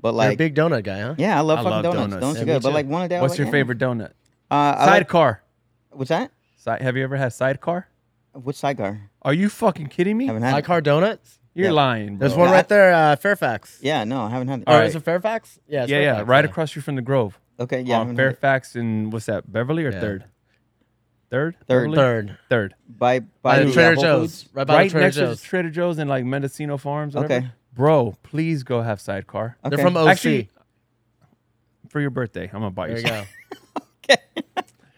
C: but
D: You're a
C: like
D: big donut guy, huh?
C: yeah, I love
B: I
C: fucking
B: love
C: donuts.
B: donuts.
C: Donuts,
B: Yeah,
C: are
D: me
C: good, but
D: too.
C: like one a day. I was
B: what's
C: like,
B: your
C: eh.
B: favorite donut?
C: Uh, I like,
B: Sidecar.
C: what's that?
B: Side, have you ever had sidecar?
C: What sidecar?
B: Are you fucking kidding me?
C: haven't had.
D: I
C: it.
D: like hard donuts.
B: You're
C: Yeah.
B: lying, bro.
D: There's one
C: Yeah, I-
D: right there, uh, Fairfax.
C: Yeah, no, I haven't had. It.
B: All
D: Or
B: right.
D: is it Fairfax? Yeah, it's
B: yeah, yeah,
D: Fairfax,
B: right across you from the Grove.
C: Okay, yeah, I
B: Yeah,
C: haven't had it.
B: Fairfax and what's that? Beverly or
D: Yeah.
B: Third? Third?
C: Third.
B: Beverly?
D: Third.
B: Third.
C: by by
D: By
C: the,
D: the
C: uh,
D: Trader
C: Whole
D: Joe's.
C: Foods?
D: Right by
B: Right
D: the Trader
B: next
D: Joe's.
B: to Trader Joe's and like Mendocino Farms. Whatever.
C: Okay.
B: Bro, please go have sidecar
C: Okay.
D: They're from OC.
B: Actually, for your birthday. I'm gonna buy
D: there
B: you.
D: you
B: Some.
D: go.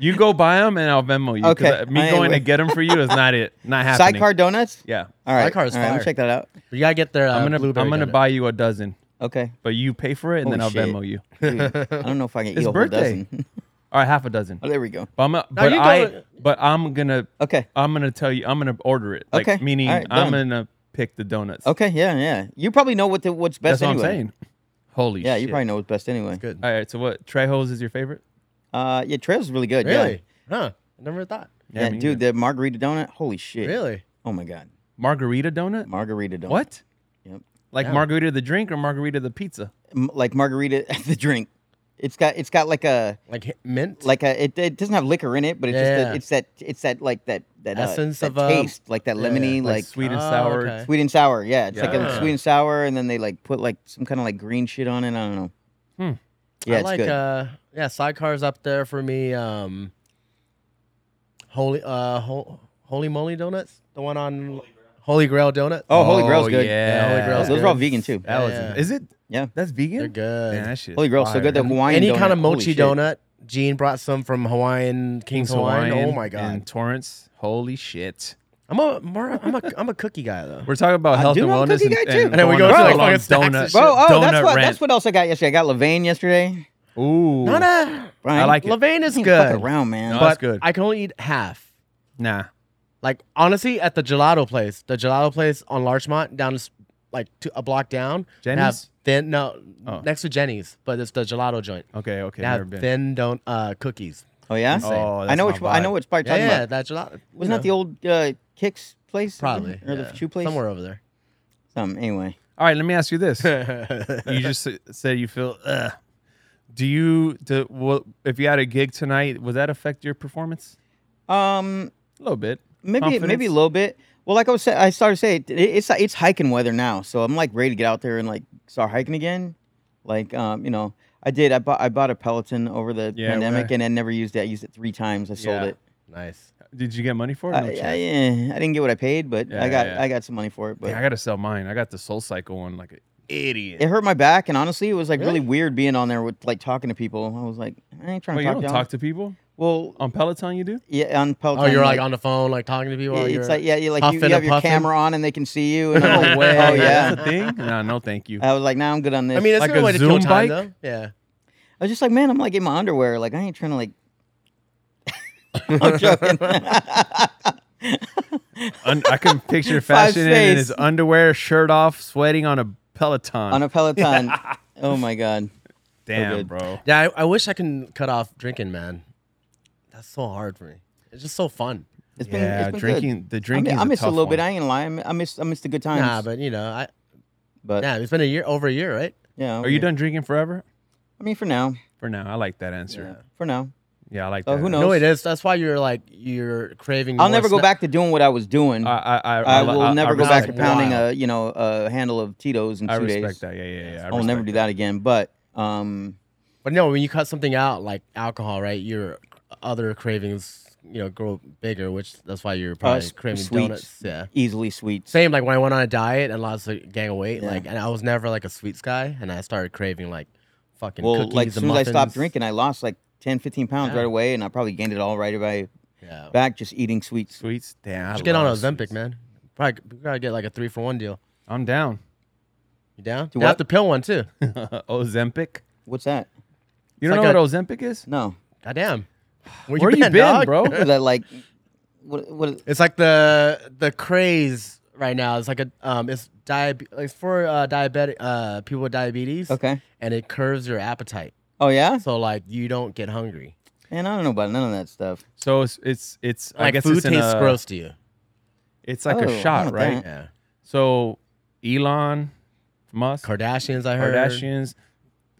B: You go buy them and I'll Venmo you. 'cause
C: Okay.
B: I- Me
C: I
B: going to
C: will.
B: get them for you is not it. Not happening.
C: Sidecar donuts.
B: Yeah.
C: All right,
D: Sidecar is
C: all right, I'll
D: fire.
C: check that out.
D: You gotta get their. Uh,
B: I'm gonna
D: blueberry
B: I'm gonna
D: donut.
B: buy you a dozen,
C: Okay.
B: but you pay for it and then I'll
C: Holy Oh,
B: Venmo you.
C: shit. Dude, I don't know if I can eat
B: It's
C: a whole
B: birthday.
C: dozen.
B: All right, half a dozen.
C: oh, there we go.
B: But I'm but
D: you go-
B: I but I'm gonna
C: Okay.
B: I'm gonna tell you I'm gonna order it. Like
C: Okay.
B: meaning
C: All right,
B: I'm
C: done.
B: gonna pick the donuts.
C: Okay. Yeah. Yeah. You probably know what the, what's best
B: That's what I'm
C: anyway.
B: saying. Holy
C: Yeah.
B: shit.
C: You probably know what's best anyway.
D: good.
B: All right, so what Trejo's is your favorite?
C: Uh, yeah. Trails is really good.
D: Really? Huh? I never thought.
C: Yeah. Yeah,
B: me
C: dude,
B: neither.
C: the margarita donut. Holy shit.
D: Really?
C: Oh my god.
B: margarita donut?
C: Margarita donut.
B: What?
C: Yep.
B: Like
D: Yeah.
B: margarita the drink or margarita the pizza?
C: M- like margarita the drink. It's got it's got like a
D: Like hi- mint?
C: like a it, it doesn't have liquor in it, but it's just
D: Yeah.
C: that it's that it's that like that that uh,
D: Essence
C: that
D: of, um,
C: taste like that
D: yeah, yeah,
C: lemony
B: Like,
C: like. sweet.
B: sweet and
D: Oh,
B: sour.
D: okay.
C: and sour, yeah. It's like
D: Yeah.
C: a sweet and sour, and then they like put like some kind of like green shit on it. I don't know.
B: Hmm.
C: Yeah,
D: I
C: it's
D: like
C: good.
D: uh yeah, sidecars up there for me. Um Holy uh Hol- Holy Moly Donuts? The one on Holy Grail, Donuts.
C: oh, Holy Grail's good.
B: Yeah,
D: Holy Grail's
C: Those
D: good.
C: are all vegan too.
B: That was
D: Yeah.
B: is it?
C: Yeah.
B: that's vegan.
D: They're good.
B: Man, that shit
C: Holy
B: is
C: Grail, so
B: fire.
C: good. The Hawaiian
D: Any kind
C: donut,
D: of
C: holy
D: mochi
C: shit.
D: donut. Gene brought some from Hawaiian King's,
B: Kings
D: Hawaiian.
B: Hawaiian
D: Oh my god.
B: And Torrance. Holy shit.
D: I'm a more, I'm a I'm a cookie guy though.
B: We're talking about
C: I
B: health
C: do
B: and
C: know I'm
B: wellness,
C: cookie
B: and,
C: guy, too.
B: and
D: And then we
B: going
D: go
B: on a
D: to, like,
B: long
D: fucking snacks and
B: donut.
D: shit.
C: Bro, oh,
B: donut
C: that's what
B: rant.
C: that's what else I got yesterday. I got Levain yesterday.
B: Ooh,
D: Not a
C: Brian,
B: I like it.
D: Levain is
C: you can't
D: good.
C: Fuck around, man.
B: No,
D: but
B: that's good.
D: I can only eat half.
B: nah.
D: Like honestly, at the gelato place, the gelato place on Larchmont, down s- like two, a block down, they have
B: Jenny's?
D: thin no
B: Oh.
D: next to Jenny's, but it's the gelato joint.
B: Okay, okay.
D: They
B: Never
D: have
B: been.
D: thin don't uh, cookies.
C: oh yeah,
D: Insane.
B: Oh,
C: I
B: that's
C: know
B: my
C: which I
B: vibe.
C: know which part you're
D: Yeah,
C: talking
D: yeah,
C: about.
D: that gelato.
C: Wasn't that the old uh, Kicks place?
D: probably
C: or
D: yeah,
C: the shoe place?
D: somewhere over there?
C: Some anyway.
B: All right, let me ask you this.
D: yeah,
B: you just s- said you feel. Ugh. Do you do, well, if you had a gig tonight, would that affect your performance?
C: Um,
B: A little bit.
C: maybe maybe
B: Confidence?
C: a little bit. Well, like I was, sa- I started to say it, it's it's hiking weather now, so I'm like ready to get out there and like start hiking again. Like um, you know, I did. I bought I bought a Peloton over the
B: Yeah,
C: pandemic,
B: okay.
C: and I never used it. I used it three times. I sold
D: Yeah.
C: it.
D: Nice.
B: Did you get money for it?
C: I,
B: No
C: I,
B: chance.
C: eh, I didn't get what I paid, but
B: Yeah,
C: I got
B: yeah.
C: I got some money for it. But
B: Dang, I gotta sell mine. I got the Soul Cycle one like an idiot.
C: it hurt my back, and honestly, it was like really?
D: Really?
C: weird being on there with like talking to people. I was like, I ain't trying
B: Well,
C: to
B: you
C: talk
B: don't
C: to y'all.
B: talk to people
C: well,
B: on Peloton. You do?
C: yeah, on Peloton.
D: Oh, you're like on the phone, like talking to people.
C: Yeah,
D: while
C: it's
D: you're-
C: like yeah, you like you,
D: huffing
C: you have
D: and
C: your
D: puffing?
C: camera on and they can see you. And I'm like, Oh yeah.
B: That's a thing. No, no, thank you.
C: I was like, now nah, I'm good on this.
D: I mean, it's
B: Like
D: a good
B: a
D: way to kill
B: Zoom
D: time,
B: bike?
D: though. Yeah.
C: I was just like, man, I'm like in my underwear. Like I ain't trying to like. I'm joking.
B: Un- I can picture
C: Five
B: fashion in his
C: space.
B: underwear, shirt off, sweating on a Peloton.
C: on a Peloton. Oh my god.
B: Damn,
C: good.
B: bro.
D: Yeah, I, I wish I can cut off drinking, man. That's so hard for me. It's just so fun.
C: It's been,
B: Yeah,
C: it's been
B: drinking.
C: Good.
B: The
C: I,
B: drinking.
C: mi- I missed a little bit. I ain't gonna lie. I mi- I missed I missed the good times.
D: Nah, but you know, I
C: but
D: yeah, it's been a year over a year, right?
C: yeah.
B: Are you done drinking forever?
C: I mean, for now.
B: For now, I like that answer.
C: For now.
B: Yeah, I like
C: Oh,
B: that.
C: who
B: answer.
C: knows?
D: No, it is. That's why you're like you're craving.
C: I'll
D: more
C: never go
D: sna-
C: back to doing what I was doing.
B: I, I, I,
C: I
B: I li-
C: will
B: I- I
C: never go back to
B: respect
D: that.
C: pounding
D: Wow.
C: a you know a handle of Tito's in two
B: I respect
C: days.
B: that. Yeah, yeah, yeah. I
C: I'll never
B: respect
C: do that again. But um,
D: But no, when you cut something out like alcohol, right? Your other cravings, you know, grow bigger, which that's why you're probably
C: Oh, s-
D: craving
C: sweets.
D: donuts. Yeah.
C: easily sweets.
D: Same like when I went on a diet and lost a gang of weight,
C: Yeah.
D: like, and I was never like a sweets guy, and I started craving like fucking
C: well,
D: cookies
C: like
D: and
C: as soon as I stopped
D: muffins.
C: drinking, I lost like 10, 15 pounds
D: Yeah. Oh.
C: right away, and I probably gained it all right away
D: Yeah.
C: back just eating sweets.
B: Sweets. Damn. I
D: Just get on
B: love
D: Ozempic,
B: sweets.
D: man. Probably, we probably get like a three for one deal.
B: I'm down.
D: You down?
C: Do
D: You have
C: what?
D: to pill one too.
B: Ozempic.
C: What's that?
B: You
D: It's
B: don't
D: like
B: know what Ozempic is?
C: No,
D: Goddamn. Where,
B: Where you been,
D: dog?
B: bro?
C: What is that like what? What?
D: It's like the the craze right now. It's like a um, it's diabe- it's for uh, diabetic uh people with diabetes.
C: Okay.
D: And it curves your appetite,
C: Oh yeah,
D: so like you don't get hungry.
C: man, I don't know about none of that stuff.
B: So it's it's it's. I
D: Like
B: guess
D: food
B: it's in
D: tastes
B: a-
D: gross to you.
B: It's like
C: Oh,
B: a shot,
C: not
B: right?
C: that.
D: Yeah.
B: So Elon Musk,
D: Kardashians, I heard.
B: Kardashians,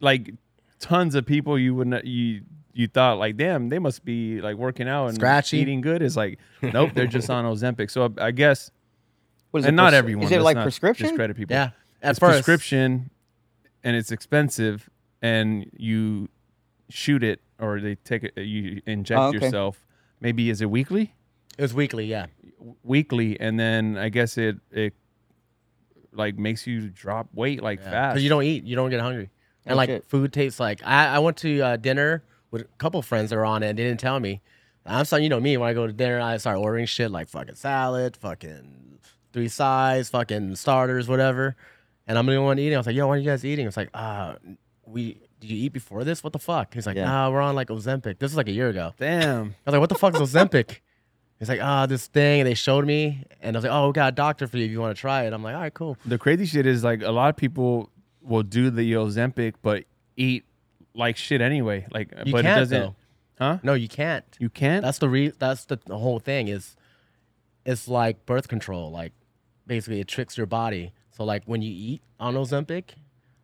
B: like tons of people you would not you you thought like, damn, they must be like working out and
D: Scratchy.
B: eating good. It's like, nope, they're just on Ozempic. So I, I guess,
C: What is it?
B: and not
C: pres-
B: everyone.
C: Is it
B: let's
C: like
B: not
C: prescription?
B: Discredit people.
D: Yeah. At
B: it's
D: first,
B: prescription, and it's expensive, and you shoot it or they take it, you inject
C: Oh, okay.
B: yourself. Maybe is it weekly?
D: it was weekly. Yeah.
B: weekly and then i guess it it like makes you drop weight like fast
D: Because you don't eat, you don't get hungry, and
C: Oh,
D: like
C: shit.
D: food tastes like. I, I went to uh, dinner with a couple friends that were on it. and They didn't tell me. I'm sorry, you know me. When I go to dinner, I start ordering shit like fucking salad, fucking three sides, fucking starters, whatever. And I'm the only one eating. I was like, yo, why are you guys eating? It's like, ah, we did you eat before this? What the fuck? He's like,
C: Yeah.
D: nah, we're on like Ozempic. This was like a year ago.
B: damn
D: I was like, what the fuck is Ozempic? He's like, ah, this thing. And they showed me, and I was like, oh, we got a doctor for you if you want to try it. I'm like, all right, cool.
B: the crazy shit is like a lot of people will do the ozempic but eat like shit anyway like
D: You
B: but
D: can't
B: it doesn't
D: though.
B: huh
D: No, you can't.
B: you can't
D: That's the re- that's the, the whole thing is it's like birth control. Like basically it tricks your body. So like when you eat on Ozempic,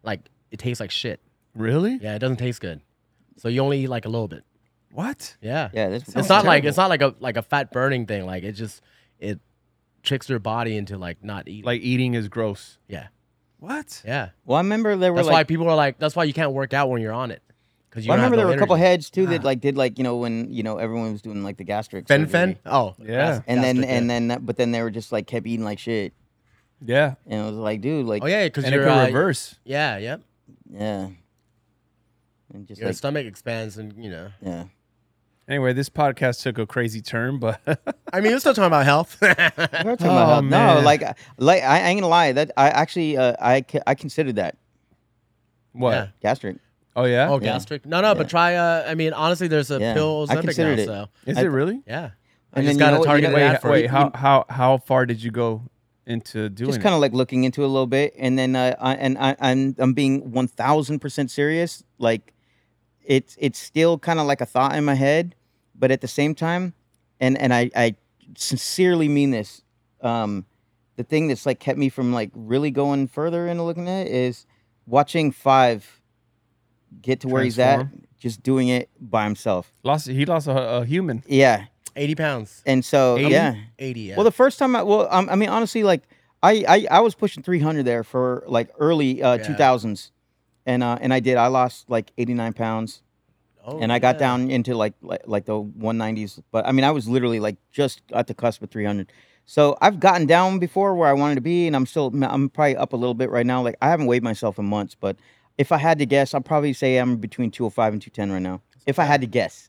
D: like it tastes like shit.
B: really
D: Yeah, it doesn't taste good. So you only eat like a little bit.
B: what
D: Yeah.
C: Yeah, that's
D: It's not like it's not like a like a fat burning thing. Like it just it tricks your body into like not eating.
B: like eating is gross
D: yeah.
B: what
D: Yeah.
C: Well, I remember there were
D: That's
C: like
D: why people are like that's why you can't work out when you're on it. Cuz you
C: Well, I
D: don't have
C: remember there
D: no
C: were a couple
D: energy.
C: heads too that like did like you know when you know everyone was doing like the gastric
D: fen
C: surgery.
D: fen. Oh.
B: Yeah.
C: and then
D: gastric, yeah.
C: and then but then they were just like kept eating like shit
B: yeah
C: and it was like dude like
D: Oh yeah, cuz
B: and
D: you're
B: it can
D: uh,
B: reverse
D: Yeah, yep.
C: yeah and just
D: Your
C: like
D: stomach expands and you know.
C: yeah
B: anyway this podcast took a crazy turn but
D: I mean, we're still talking about health.
C: We are talking
B: Oh,
C: about health. no
B: man.
C: like I- like I ain't gonna lie that I actually uh, I ca- I considered that
B: what
D: Yeah.
C: gastric
B: oh yeah
D: oh, gastric. No, no,
C: Yeah.
D: but try. Uh, I mean, honestly, there's a
C: Yeah.
D: pill.
C: I
D: Ozempic
C: considered
D: now,
C: it.
D: So
B: is
C: I-
B: it really
D: yeah, I
C: And then
D: just
C: you
D: got
C: know
D: a
C: what- you
D: targeted
C: know-
D: ad
B: wait,
D: for
B: wait
D: it.
B: how, how how how far did you go into doing
C: just
B: it?
C: kind of like looking into it a little bit and then uh, I, and I, I'm I'm being one thousand percent serious like it's it's still kind of like a thought in my head but at the same time and and I I sincerely mean this um the thing that's like kept me from like really going further into looking at it is watching five get to where he's at,
B: Transform.
C: just doing it by himself.
B: Lost. He lost a, a human.
C: Yeah,
D: Eighty pounds.
C: and so yeah.
D: 80, yeah.
C: Well, the first time I well, um, I mean honestly, like I, I I was pushing 300 there for like early uh,
D: Yeah.
C: 2000s, and uh, and I did. I lost like 89 pounds,
D: Oh,
C: and I got
D: yeah.
C: down into like, like like the 190s. But I mean, I was literally like just at the cusp of 300. So I've gotten down before where I wanted to be, and I'm still I'm probably up a little bit right now. Like I haven't weighed myself in months, but if I had to guess, I'd probably say I'm between 205 and 210 right now. If I had to guess.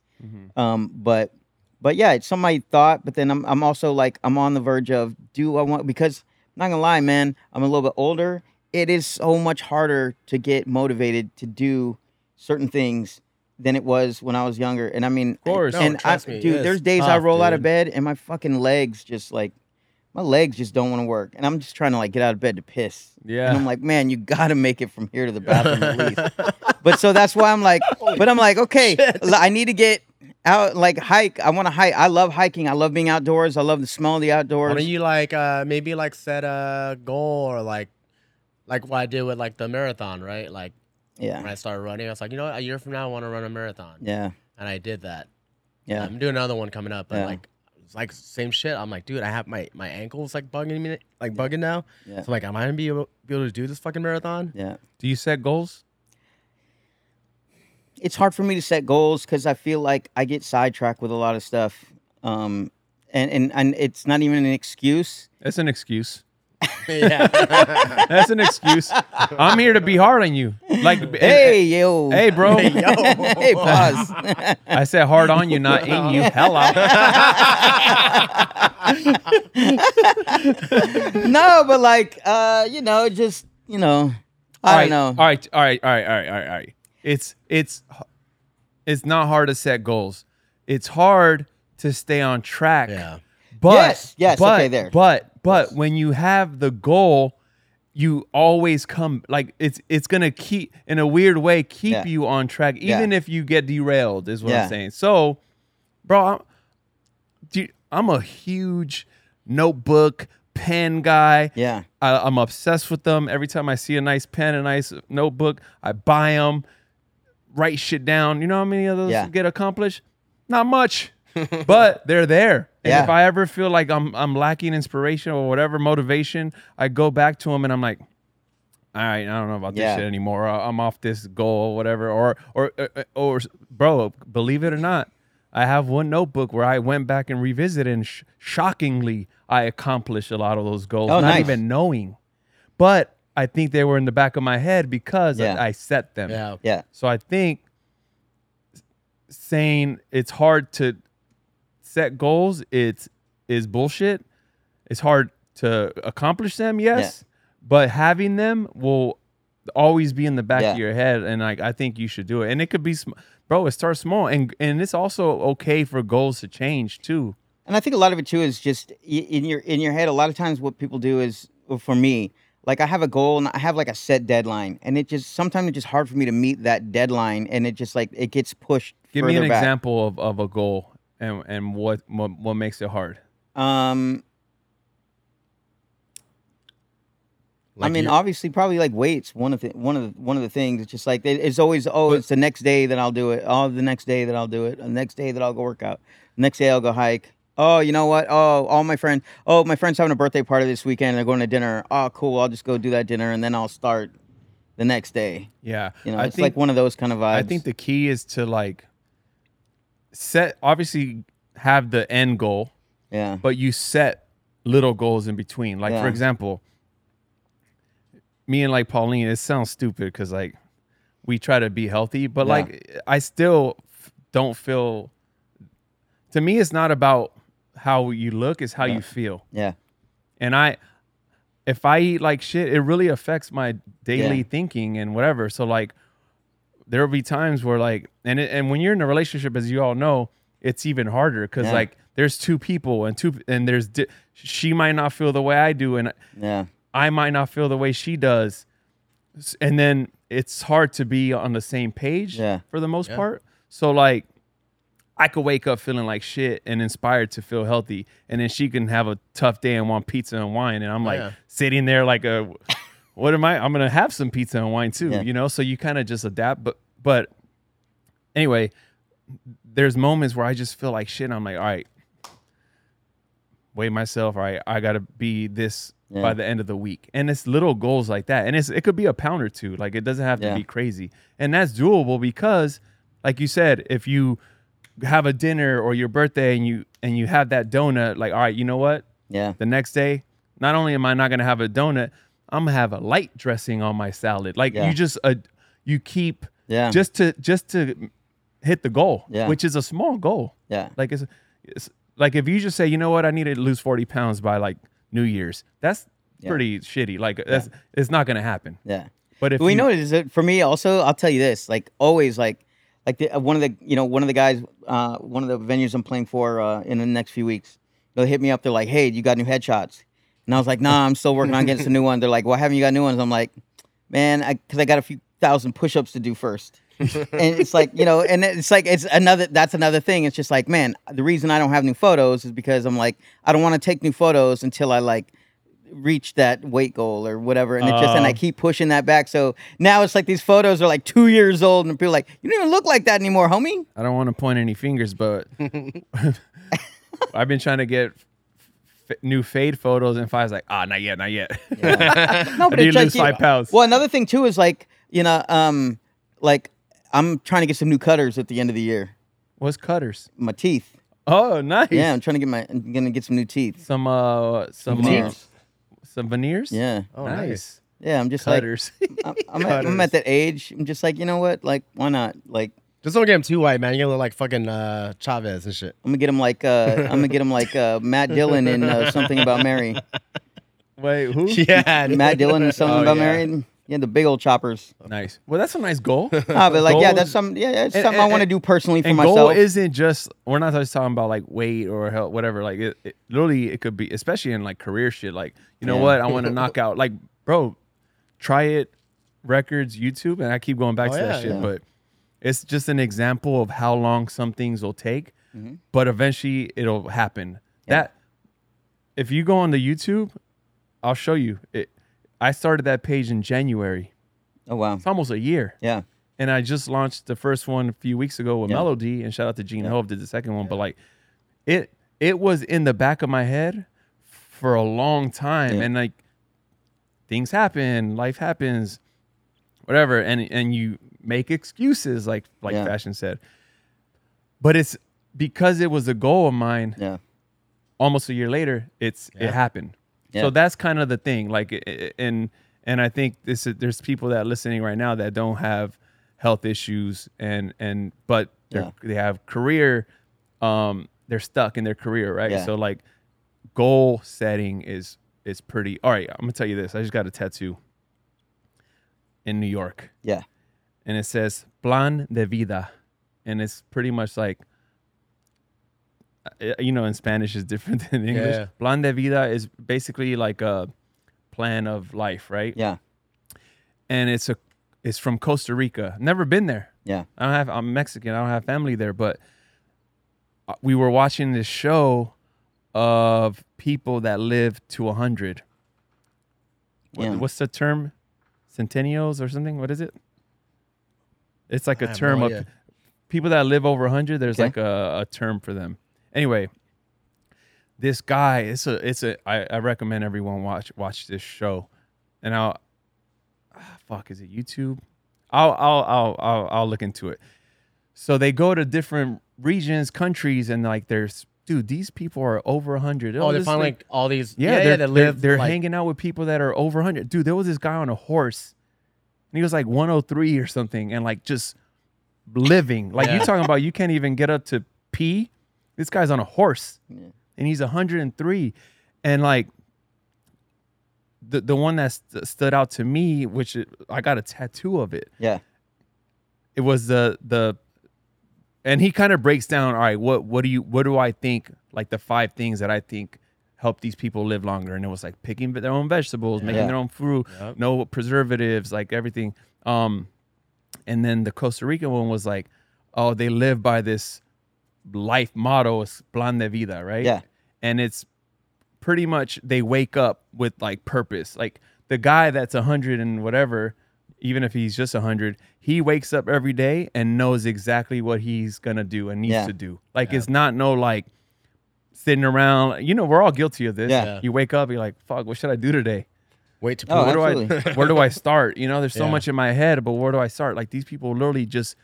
C: Um, but but yeah, it's something I thought, but then I'm I'm also like I'm on the verge of do I want because I'm not gonna lie, man, I'm a little bit older. It is so much harder to get motivated to do certain things than it was when I was younger. And I mean, of
B: course.
C: and
D: No, trust
C: I,
D: me,
C: dude,
D: it's
C: there's days I
D: tough,
C: roll out of
D: dude.
C: bed and my fucking legs just like my legs just don't want to work, and I'm just trying to like get out of bed to piss.
B: Yeah.
C: And I'm like, man, you got to make it from here to the bathroom at least. But so that's why I'm like, but I'm like, okay, l- I need to get out, like hike. I want to hike. I love hiking. I love being outdoors. I love the smell of the
D: Why
C: outdoors.
D: don't you like uh, maybe like set a goal or like like what I did with like the marathon, right? Like when
C: yeah,
D: I started running, I was like, you know what, a year from now I want to run a marathon,
C: yeah,
D: and I did that.
C: yeah,
D: I'm doing another one coming up, but
C: Yeah.
D: like it's like same shit. I'm like, dude, I have my my ankles like bugging me, like bugging now.
C: Yeah.
D: So I'm like, am I gonna be able, be able to do this fucking marathon?
C: yeah.
B: Do you set goals?
C: It's hard for me to set goals because I feel like I get sidetracked with a lot of stuff, um, and and and it's not even an excuse.
B: That's an excuse.
D: yeah.
B: That's an excuse. I'm here to be hard on you. Like, and-
C: Hey yo,
B: hey, bro.
C: hey, pause.
B: I said hard on you, not in you. Hello.
C: no, but like, uh, you know, just you know, I don't know.
B: All right, all right, all right, all right, all right, all right. It's it's it's not hard to set goals. It's hard to stay on track.
D: yeah.
B: But
C: Yes, yes,
B: but,
C: okay, there.
B: But but when you have the goal, you always come like it's it's gonna keep in a weird way keep
C: Yeah.
B: you on track,
C: Yeah.
B: even if you get derailed, is what
C: Yeah.
B: I'm saying. So, bro, I'm, dude, I'm a huge notebook pen guy.
C: Yeah,
B: I, I'm obsessed with them. Every time I see a nice pen, a nice notebook, I buy them, write shit down. You know how many of those
C: Yeah.
B: get accomplished? Not much, but they're there. And
C: Yeah.
B: if I ever feel like I'm I'm lacking inspiration or whatever motivation, I go back to them and I'm like, all right, I don't know about
C: Yeah.
B: this shit anymore. Uh, I'm off this goal or whatever. Or or or, or bro, believe it or not, I have one notebook where I went back and revisited, and sh- shockingly, I accomplished a lot of those goals,
C: Oh,
B: not
C: nice.
B: even knowing. But I think they were in the back of my head because
C: Yeah.
B: I, I set them.
D: Yeah.
C: yeah,
B: So I think saying it's hard to set goals it's is bullshit. It's hard to accomplish them, yes, but having them will always be in the back
C: Yeah.
B: of your head and like I think you should do it. And it could be sm- bro, it starts small and and it's also okay for goals to change too.
C: and I think a lot of it too is just i- in your in your head. A lot of times, what people do is, well, for me, like I have a goal and I have like a set deadline, and it just sometimes it's just hard for me to meet that deadline, and it just like it gets pushed.
B: Give me an
C: further back.
B: example of, of a goal and and what, what what makes it hard.
C: Um, I mean, obviously, probably like weights. One of the one of the, one of the things. It's just like it- it's always oh, it's the next day that I'll do it. Oh, the next day that I'll do it. The next day that I'll go work out. Next day I'll go hike. Oh, you know what? Oh, all my friends. Oh, my friends having a birthday party this weekend. They're going to dinner. Oh, cool. I'll just go do that dinner and then I'll start the next day.
B: Yeah.
C: You know, it's like one of those kind of vibes.
B: I think the key is to like set obviously have the end goal,
C: yeah,
B: but you set little goals in between. Like
C: Yeah.
B: for example, me and like Pauline, it sounds stupid because like we try to be healthy, but
C: Yeah.
B: like I still f- don't feel. To me, it's not about how you look; it's how
C: Yeah.
B: you feel
C: yeah,
B: and I if I eat like shit, it really affects my daily
C: Yeah.
B: thinking and whatever. So like there'll be times where like and it, and when you're in a relationship as you all know, it's even harder cuz
C: Yeah.
B: like there's two people and two and there's di- she might not feel the way I do and
C: yeah,
B: I might not feel the way she does. S- And then it's hard to be on the same page
C: Yeah.
B: for the most
D: Yeah.
B: part. So like I could wake up feeling like shit and inspired to feel healthy. And then she can have a tough day and want pizza and wine. And I'm like
D: yeah.
B: sitting there like a what am I? I'm gonna have some pizza and wine too,
C: Yeah.
B: you know? So you kind of just adapt. But But anyway, there's moments where I just feel like shit. And I'm like, all right, weigh myself. All right, I gotta be this by
C: Yeah.
B: the end of the week. And it's little goals like that. And it's it could be a pound or two. Like it doesn't have to
C: Yeah.
B: be crazy. And that's doable because, like you said, if you have a dinner or your birthday and you and you have that donut, like, all right, you know what?
C: Yeah.
B: The next day, not only am I not gonna have a donut, I'm gonna have a light dressing on my salad. Like
C: Yeah.
B: you just uh, you keep
C: Yeah.
B: just to just to hit the goal,
C: Yeah.
B: which is a small goal.
C: yeah.
B: Like it's, it's like if you just say, you know what, I need to lose forty pounds by like New Year's. That's
C: Yeah.
B: pretty shitty. Like that's it's not gonna happen.
C: Yeah.
B: But if
C: we
B: you-
C: know it is that for me also i'll tell you this like always like like the, one of the you know one of the guys uh, one of the venues i'm playing for uh, in the next few weeks they'll hit me up they're like hey you got new headshots and i was like nah i'm still working on getting some new ones they're like why haven't you got new ones i'm like man because I, got a few thousand push-ups to do first and it's like you know and it's like it's another that's another thing it's just like man the reason i don't have new photos is because i'm like i don't want to take new photos until i like reach that weight goal or whatever and it's just and i
B: Uh.
C: keep pushing that back so now it's like these photos are like two years old and people are like you don't even look like that anymore homie
B: I don't want to point any fingers, but I've been trying to get f- new fade photos, and Five's like, ah, not yet, not yet.
C: no
B: I need to lose five pounds.
C: well another thing too is like you know um like i'm trying to get some new cutters at the end of the year
B: What's cutters?
C: my teeth
B: Oh, nice.
C: yeah i'm trying to get my i'm gonna get some new teeth
B: Some uh, some uh,
C: Veneers.
B: some veneers.
C: yeah
D: Oh,
B: nice.
C: yeah i'm just like
B: Cutters.
C: I'm, I'm, at, I'm at that age. I'm just like, you know what? Like, why not? Like,
D: Just don't get him too white, man. You're gonna look like fucking uh, Chavez and shit.
C: I'm gonna get him like uh, I'm gonna get him like uh, Matt Dillon in uh, something about Mary.
B: Wait, who?
D: Yeah.
C: Matt Dillon in something
B: Oh,
C: about
B: yeah.
C: Mary. Yeah, the big old choppers.
B: Nice. Well, that's a nice goal.
C: Ah, but like, yeah,
B: Goals-
C: that's some. Yeah, that's
B: and-
C: something I
B: and-
C: want to do personally for
B: and goal
C: myself.
B: isn't just we're not just talking about like weight or health, whatever. Like it, it literally it could be especially in like career shit. Like you know
C: Yeah.
B: what I want to knock out. Like bro, try it. Records, YouTube, and I keep going back
D: Oh,
B: to that
D: yeah,
B: shit,
D: yeah.
B: but it's just an example of how long some things will take, but eventually it'll happen. That if you go on the YouTube, I'll show you. It, I started that page in January.
C: oh wow.
B: It's almost a year
C: Yeah.
B: and I just launched the first one a few weeks ago with
C: Yeah.
B: Melody, and shout out to Gene Hove did the second one. But like, it it was in the back of my head for a long time,
C: Yeah.
B: and like things happen, life happens, whatever, and and you make excuses, like like
C: Yeah.
B: Fashion said. But it's because it was a goal of mine
C: Yeah.
B: almost a year later, it's it happened.
C: Yeah.
B: So that's kind of the thing. Like, i- i- and and I think this is, there's people that are listening right now that don't have health issues and and but they're they have career, um, they're stuck in their career, right?
C: Yeah.
B: So like, goal setting is is pretty. All right, I'm gonna tell you this. I just got a tattoo in New York,
C: Yeah.
B: and it says "Plan de Vida," and it's pretty much like uh, you know, in Spanish is different than English.
D: Yeah.
B: Plan de vida is basically like a plan of life, right?
C: Yeah.
B: And it's a it's from Costa Rica. Never been there.
C: Yeah.
B: I don't have I'm Mexican. I don't have family there, but uh, we were watching this show of people that live to 100. What-
C: Yeah.
B: What's the term? Centennials or something? What is it? It's like
D: I
B: a
D: have no
B: term of
D: idea.
B: people that live over 100 there's
C: Okay.
B: like a, a term for them anyway this guy it's a it's a i, I recommend everyone watch watch this show and i'll ah, fuck is it youtube I'll, I'll i'll i'll i'll look into it so they go to different regions countries and like there's dude these people are over 100
D: Oh, they
B: this
D: find
B: thing-
D: like all these.
B: yeah,
D: Yeah,
B: they're,
D: yeah, they
B: they're-
D: live.
B: They're,
D: like-
B: hanging out with people that are over 100. Dude, there was this guy on a horse, and he was like 103 or something, and like just living. Like you
D: Yeah.
B: talking about, you can't even get up to pee. This guy's on a horse,
C: Yeah.
B: and he's 103, and like the the one that st- stood out to me, which it, I got a tattoo of it.
C: Yeah.
B: It was the the and he kind of breaks down all right what what do you what do i think like the five things that i think help these people live longer and it was like picking their own vegetables making
C: Yeah.
B: their own fruit
D: Yep.
B: no preservatives like everything um and then the costa rican one was like oh they live by this life motto es plan de vida right
C: Yeah.
B: and it's pretty much they wake up with like purpose like the guy that's a hundred and whatever even if he's just 100, he wakes up every day and knows exactly what he's going to do and needs
C: Yeah.
B: to do. Like, it's not no like sitting around. You know, we're all guilty of this.
C: Yeah.
D: Yeah.
B: You wake up, you're like, fuck, what should I do today?
D: Wait to poop.
C: Oh,
B: where do
C: absolutely.
B: I where do I start? You know, there's so
D: Yeah.
B: much in my head, but where do I start? Like these people literally just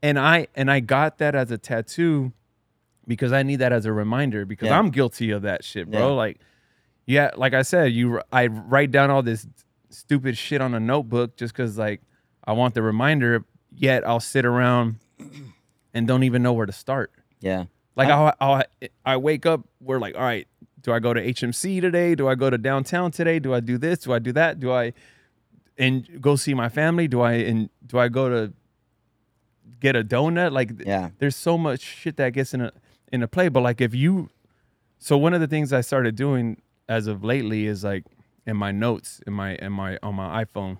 B: and I and I got that as a tattoo because I need that as a reminder because
C: Yeah.
B: I'm guilty of that shit, bro.
C: Yeah.
B: Like yeah, like I said, you r- I write down all this stupid shit on a notebook just cuz like I want the reminder, yet I'll sit around and don't even know where to start.
C: Yeah.
B: Like I'll, I'll I wake up, we're like, all right, do I go to HMC today? Do I go to downtown today? Do I do this? Do I do that? Do I and go see my family? Do I and do I go to get a donut? Like th-
C: Yeah.
B: there's so much shit that gets in a in a play. But like if you so one of the things I started doing as of lately is like in my notes in my in my on my iPhone,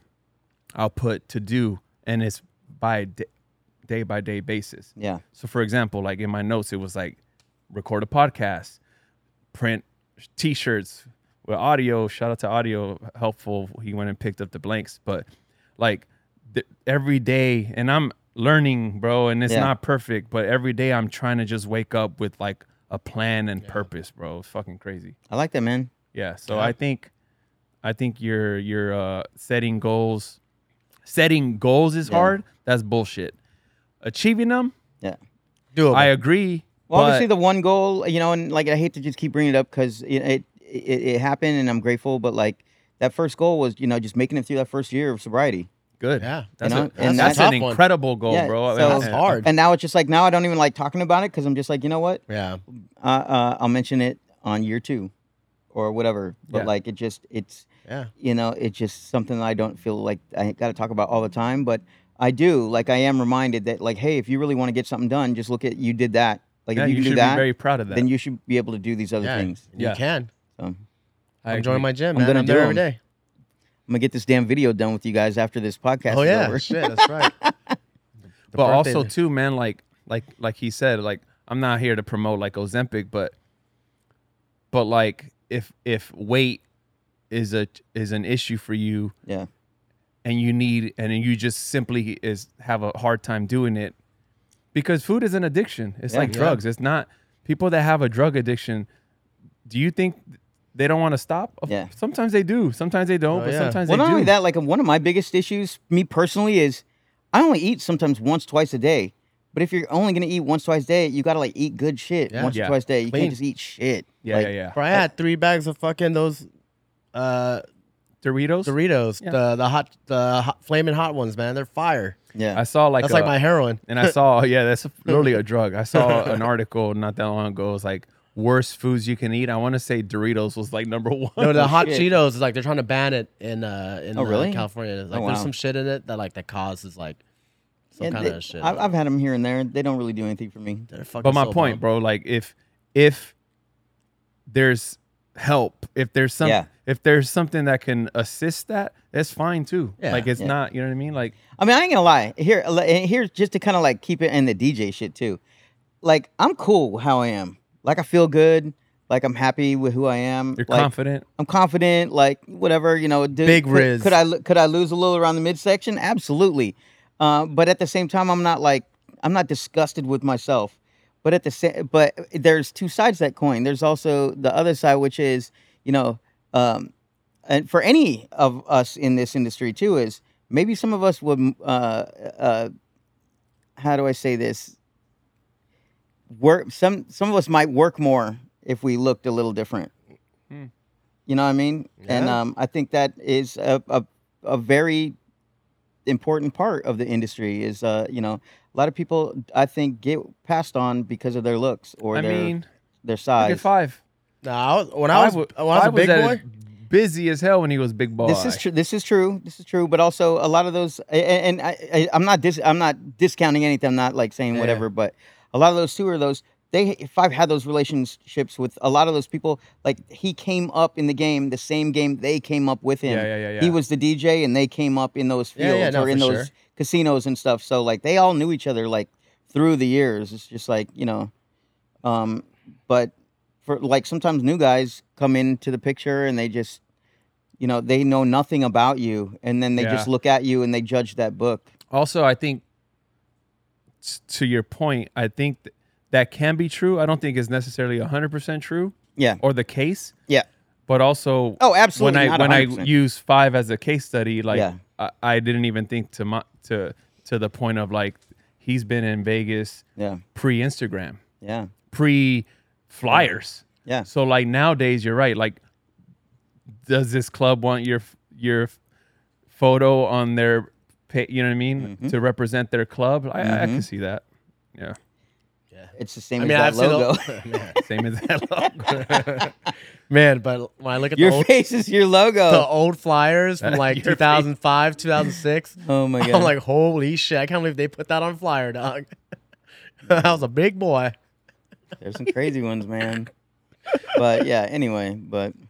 B: I'll put to do and it's by d- day by day basis.
C: Yeah.
B: So for example, like in my notes, it was like record a podcast, print t-shirts with audio. Shout out to audio, helpful. He went and picked up the blanks, but like th- every day, and I'm learning, bro, and it's
C: Yeah.
B: not perfect, but every day I'm trying to just wake up with like a plan and purpose, bro. It's fucking crazy.
C: I like that, man.
B: Yeah. So I think, I think your your uh, setting goals, setting goals is
C: Yeah.
B: hard. That's bullshit. Achieving them,
C: Yeah.
D: Do
B: I agree.
C: Well,
B: but-
C: obviously the one goal, you know, and like I hate to just keep bringing it up because it, it it it happened and I'm grateful, but like that first goal was, you know, just making it through that first year of sobriety.
B: Good.
D: Yeah.
B: That's,
C: You
B: a-
C: know,
B: that's,
C: and
B: that's
D: that's-
B: an
D: Tough one.
B: incredible goal,
C: Yeah,
B: bro.
C: so-
D: That's hard.
C: And now it's just like now I don't even like talking about it because I'm just like, you know what?
D: Yeah.
C: Uh, uh, I'll mention it on year two, or whatever. But
B: Yeah.
C: like it just it's
D: Yeah.
C: you know it's just something that I don't feel like I got to talk about all the time, but I do. Like I am reminded that like hey, if you really want to get something done, just look at you did that. Like
B: Yeah,
C: if
B: you,
C: you, can
B: should
C: do that,
B: be very proud of that.
C: then you should be able to do these other
D: Yeah.
C: things.
D: You
B: Yeah.
D: can.
C: So.
B: I
D: I'm joining
B: agree.
D: my gym,
C: I'm
D: man.
C: gonna
D: I'm there
C: do
D: every
C: 'em.
D: day.
C: I'm gonna get this damn video done with you guys after this podcast.
D: Oh
C: is
D: yeah,
C: over.
D: shit, that's right. The
B: but
D: birthday-
B: also too, man, like like like he said, like I'm not here to promote like Ozempic, but but like if if weight is a is an issue for you
C: yeah,
B: and you need and you just simply is have a hard time doing it because food is an addiction. It's
C: Yeah.
B: like
D: Yeah.
B: drugs. It's not people that have a drug addiction. Do you think they don't want to stop? Of-
C: Yeah.
B: Sometimes they do. Sometimes they don't.
D: Oh,
B: but
D: yeah.
B: sometimes
C: Well,
B: they
C: not
B: do.
C: only that, like uh, one of my biggest issues, me personally, is I only eat sometimes once, twice a day. But if you're only gonna eat once, twice a day, you gotta like eat good shit
D: Yeah.
C: once
B: Yeah.
C: or twice a day. You
D: Clean.
C: can't just eat shit.
B: Yeah,
C: Like,
B: yeah, yeah.
D: Bro, I had three bags of fucking those uh
B: Doritos.
D: Doritos,
B: Yeah.
D: the the hot the hot, flaming hot ones, man. They're fire.
C: yeah.
B: I saw like
D: That's
B: a-
D: like my heroin.
B: and I saw yeah, that's literally a drug. I saw an article not that long ago. It was like worst foods you can eat. I want to say Doritos was like number one.
D: No, the hot
C: Oh, shit.
D: Cheetos is like they're trying to ban it in uh in
C: Oh,
D: uh,
C: really?
D: California. Like
C: Oh,
D: there's
C: wow.
D: some shit in it that like that causes like some
C: And
D: kind
C: they-
D: of shit.
C: I've, I've had them here and there. They don't really do anything for me.
D: They're fucking
B: but my
D: so
B: point,
D: bomb.
B: bro, like if if there's help, if there's some
C: Yeah.
B: if there's something that can assist that, that's fine too.
D: Yeah.
B: like it's
C: Yeah.
B: not, you know what I mean? Like
C: I mean, I ain't gonna lie. Here, l- and here's just to kind of like keep it in the DJ shit too. Like I'm cool how I am. Like I feel good. Like I'm happy with who I am.
B: you're
C: like,
B: confident.
C: I'm confident, like whatever you know. Do,
D: Big
C: could,
D: Riz.
C: Could I lo- could I lose a little around the midsection? Absolutely, uh, but at the same time, I'm not like I'm not disgusted with myself. But at the same, but there's two sides to that coin. There's also the other side, which is you know, um, and for any of us in this industry too, is maybe some of us would. Uh, uh, how do I say this? Work some some of us might work more if we looked a little different.
B: Hmm.
C: You know what I mean? And
D: Yeah.
C: um, I think that is a, a, a very important part of the industry is, uh, you know, a lot of people, I think, get passed on because of their looks or
B: I
C: their,
B: mean, look
C: their
B: at
C: size.
B: five.
D: Nah, I was, when I was
B: Five
D: when I was a
B: Five
D: big
B: at
D: boy,
B: busy as hell when he was big boy.
C: This is true. This is true. This is true. But also, a lot of those, a- a- and I, I, I'm not dis, I'm not discounting anything. I'm not like saying
D: Yeah.
C: whatever. But a lot of those two are those. They, if I've had those relationships with a lot of those people, like he came up in the game, the same game they came up with him.
B: Yeah, yeah, yeah,
C: He
B: yeah.
C: was the DJ, and they came up in those
D: Yeah,
C: fields
D: yeah, no,
C: or in
D: for
C: those
D: sure.
C: casinos and stuff. So like they all knew each other like through the years. It's just like you know, um, but for like sometimes new guys come into the picture and they just you know, they know nothing about you, and then they
B: Yeah.
C: just look at you and they judge that book.
B: Also, I think s- to your point, I think th- that can be true. I don't think it's necessarily 100% true
C: Yeah.
B: or the case,
C: Yeah.
B: but also
C: Oh, absolutely.
B: when I
C: not
B: when I
C: 100%.
B: use five as a case study, like
C: Yeah.
B: I, I didn't even think to my to to the point of like he's been in Vegas
C: yeah,
B: pre Instagram,
C: yeah,
B: pre flyers.
C: yeah,
B: So like nowadays, you're right. Like, does this club want your your photo on their, pa- you know what I mean,
C: Mm-hmm.
B: to represent their club? I, I can see that. Yeah,
C: it's the same
D: I
C: as
D: mean,
C: that
D: I've seen
C: logo.
D: a- man,
B: same as that logo.
D: man, but when I look at the
C: your
D: old,
C: face is your logo.
D: the old flyers from like
B: Your face.
D: 2005, 2006,
C: oh my god!
D: I'm like, holy shit! I can't believe they put that on flyer, dog. I was a big boy.
C: There's some crazy ones, man. But yeah, anyway, but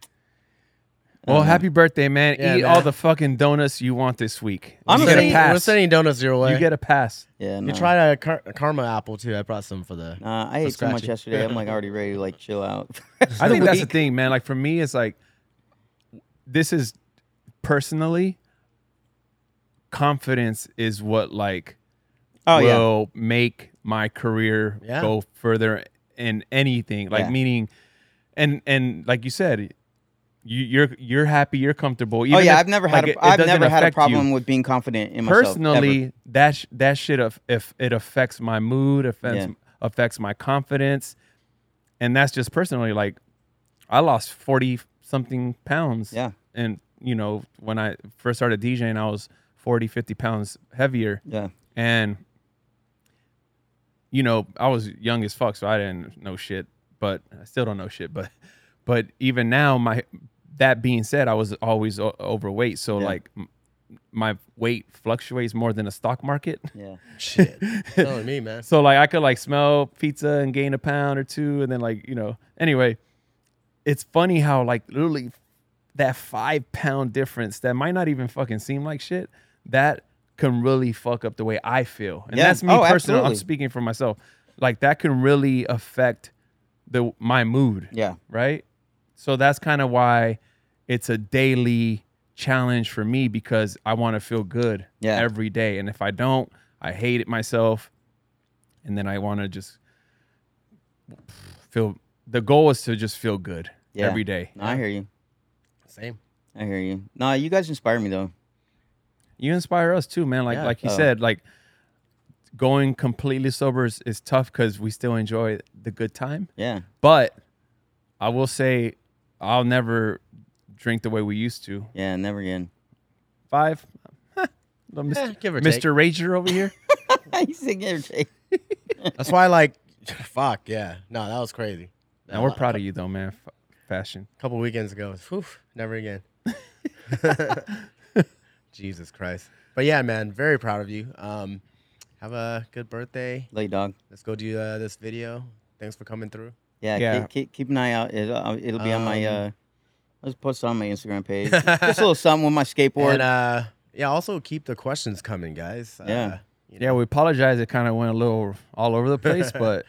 C: Uh-huh.
B: Well, happy birthday, man!
D: Yeah,
B: Eat
D: man.
B: all the fucking donuts you want this week.
C: I'm
B: you
D: We're
B: get
D: sending,
B: a
C: saying-
D: we're
B: pass.
D: sending donuts your way.
B: You get a pass.
C: yeah, no.
D: You tried a car- karma apple too. I brought some for the.
C: Uh, I ate so much
D: scratchy.
C: yesterday. I'm like already ready to like chill out.
B: I think that's the
C: week.
B: thing, man. Like for me, it's like this is personally confidence is what like
C: Oh yeah,
B: will make my career
D: Yeah.
B: go further in anything. Like
C: Yeah.
B: meaning, and and like you said, you, you're you're happy, you're comfortable.
C: oh
B: even
C: yeah.
B: if,
C: I've never had
B: like, it- it
C: a, I've
B: doesn't
C: never had a
B: affect you.
C: problem with being confident in myself. ever.
B: Personally, that sh- that shit if, if it affects my mood, affects
C: Yeah.
B: affects my confidence, and that's just personally. Like, I lost forty something pounds.
C: Yeah.
B: and you know when I first started DJing, I was 40, 50 pounds heavier
C: yeah,
B: and you know i was young as fuck so i didn't know shit but i still don't know shit but but even now my that being said i was always o- overweight so
C: Yeah.
B: like m- my weight fluctuates more than the stock market
C: yeah,
D: Shit, telling me, man.
B: so like i could like smell pizza and gain a pound or two and then like you know anyway it's funny how like literally that five pound difference that might not even fucking seem like shit that can really fuck up the way i feel and
C: Yeah.
B: that's me
C: Oh,
B: personal i'm
C: absolutely.
B: speaking for myself like that can really affect the my mood
C: yeah,
B: right? So that's kind of why it's a daily challenge for me because I want to feel good
C: Yeah.
B: every day. And if I don't, I hate it myself. And then I want to just feel the goal is to just feel good
C: Yeah.
B: every day.
C: No, I hear you.
D: Same.
C: I hear you. Nah, you guys inspire me though.
B: You inspire us too, man. Like
D: Yeah.
B: like you
C: Oh.
B: said, like going completely sober is, is tough because we still enjoy the good time.
C: Yeah,
B: But I will say I'll never drink the way we used to.
C: yeah. Never again.
B: five. Little
D: Eh,
B: Mr.
D: give or take.
B: Mr. Rager over here.
C: I sing every day.
D: That's why, like, fuck yeah. No, that was crazy.
B: now we're proud of you though, man. F- fashion.
D: A couple weekends ago, whew, never again. Jesus Christ. But yeah, man, very proud of you. Um, have a good birthday.
C: Lay dog.
D: Let's go do uh, this video. Thanks for coming through.
C: Yeah,
B: Yeah.
C: Keep, keep, keep an eye out. It'll, uh, it'll be on my.
D: Um,
C: uh I'll just post it on my Instagram page. Just a little something with my skateboard.
D: and uh, yeah, also keep the questions coming, guys. Uh,
C: Yeah.
D: you know,
B: Yeah, we apologize. It kind of went a little all over the place, but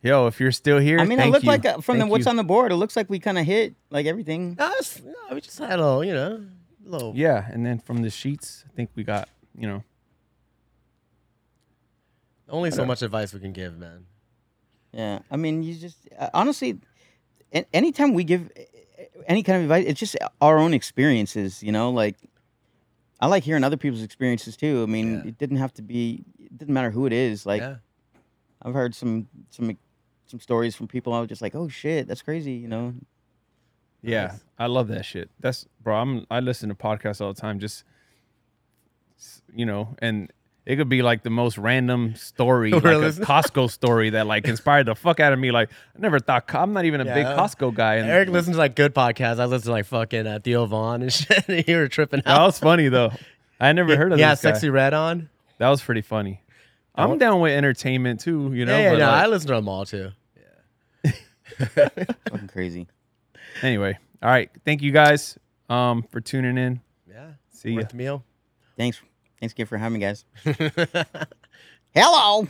B: yo, if you're still here,
C: I mean,
B: thank
C: it looked
B: you.
C: like uh, from the
B: Thank
C: what's
B: you.
C: on the board. It looks like we kind of hit like everything.
D: No, it's, no, we just had a little, you know, little.
B: Yeah, and then from the sheets, I think we got you know.
D: Only so
B: don't-
D: much advice we can give, man.
C: Yeah, I mean, you just uh, honestly, a- anytime we give uh, any kind of advice, it's just our own experiences. You know, like I like hearing other people's experiences too. I mean,
D: Yeah.
C: it didn't have to be. It didn't matter who it is. Like
D: yeah.
C: I've heard some some some stories from people. I was just like, oh shit, that's crazy. You know.
B: Yeah,
D: Nice.
B: I love that shit. That's bro. I'm I listen to podcasts all the time. Just s- you know, and it could be like the most random story, like a
D: Really?
B: Costco story that like inspired the fuck out of me. Like I never thought Co- I'm not even a big
D: Yeah.
B: Costco guy. And
D: Eric listens to like good podcasts. I listen to like fucking uh, Theo Vaughn and shit. and you were tripping
B: that
D: out.
B: was funny though. I never heard of
D: yeah,
B: this guy.
D: sexy red on.
B: That was pretty funny. I'm down with entertainment too, you know.
D: yeah, yeah,
B: but,
D: no,
B: like,
D: I listen to them all too.
C: Fucking crazy.
B: anyway, all right. Thank you guys um, for tuning in.
D: Yeah,
B: See ya.
D: worth the meal.
C: Thanks. Thanks again for having me, guys. Hello.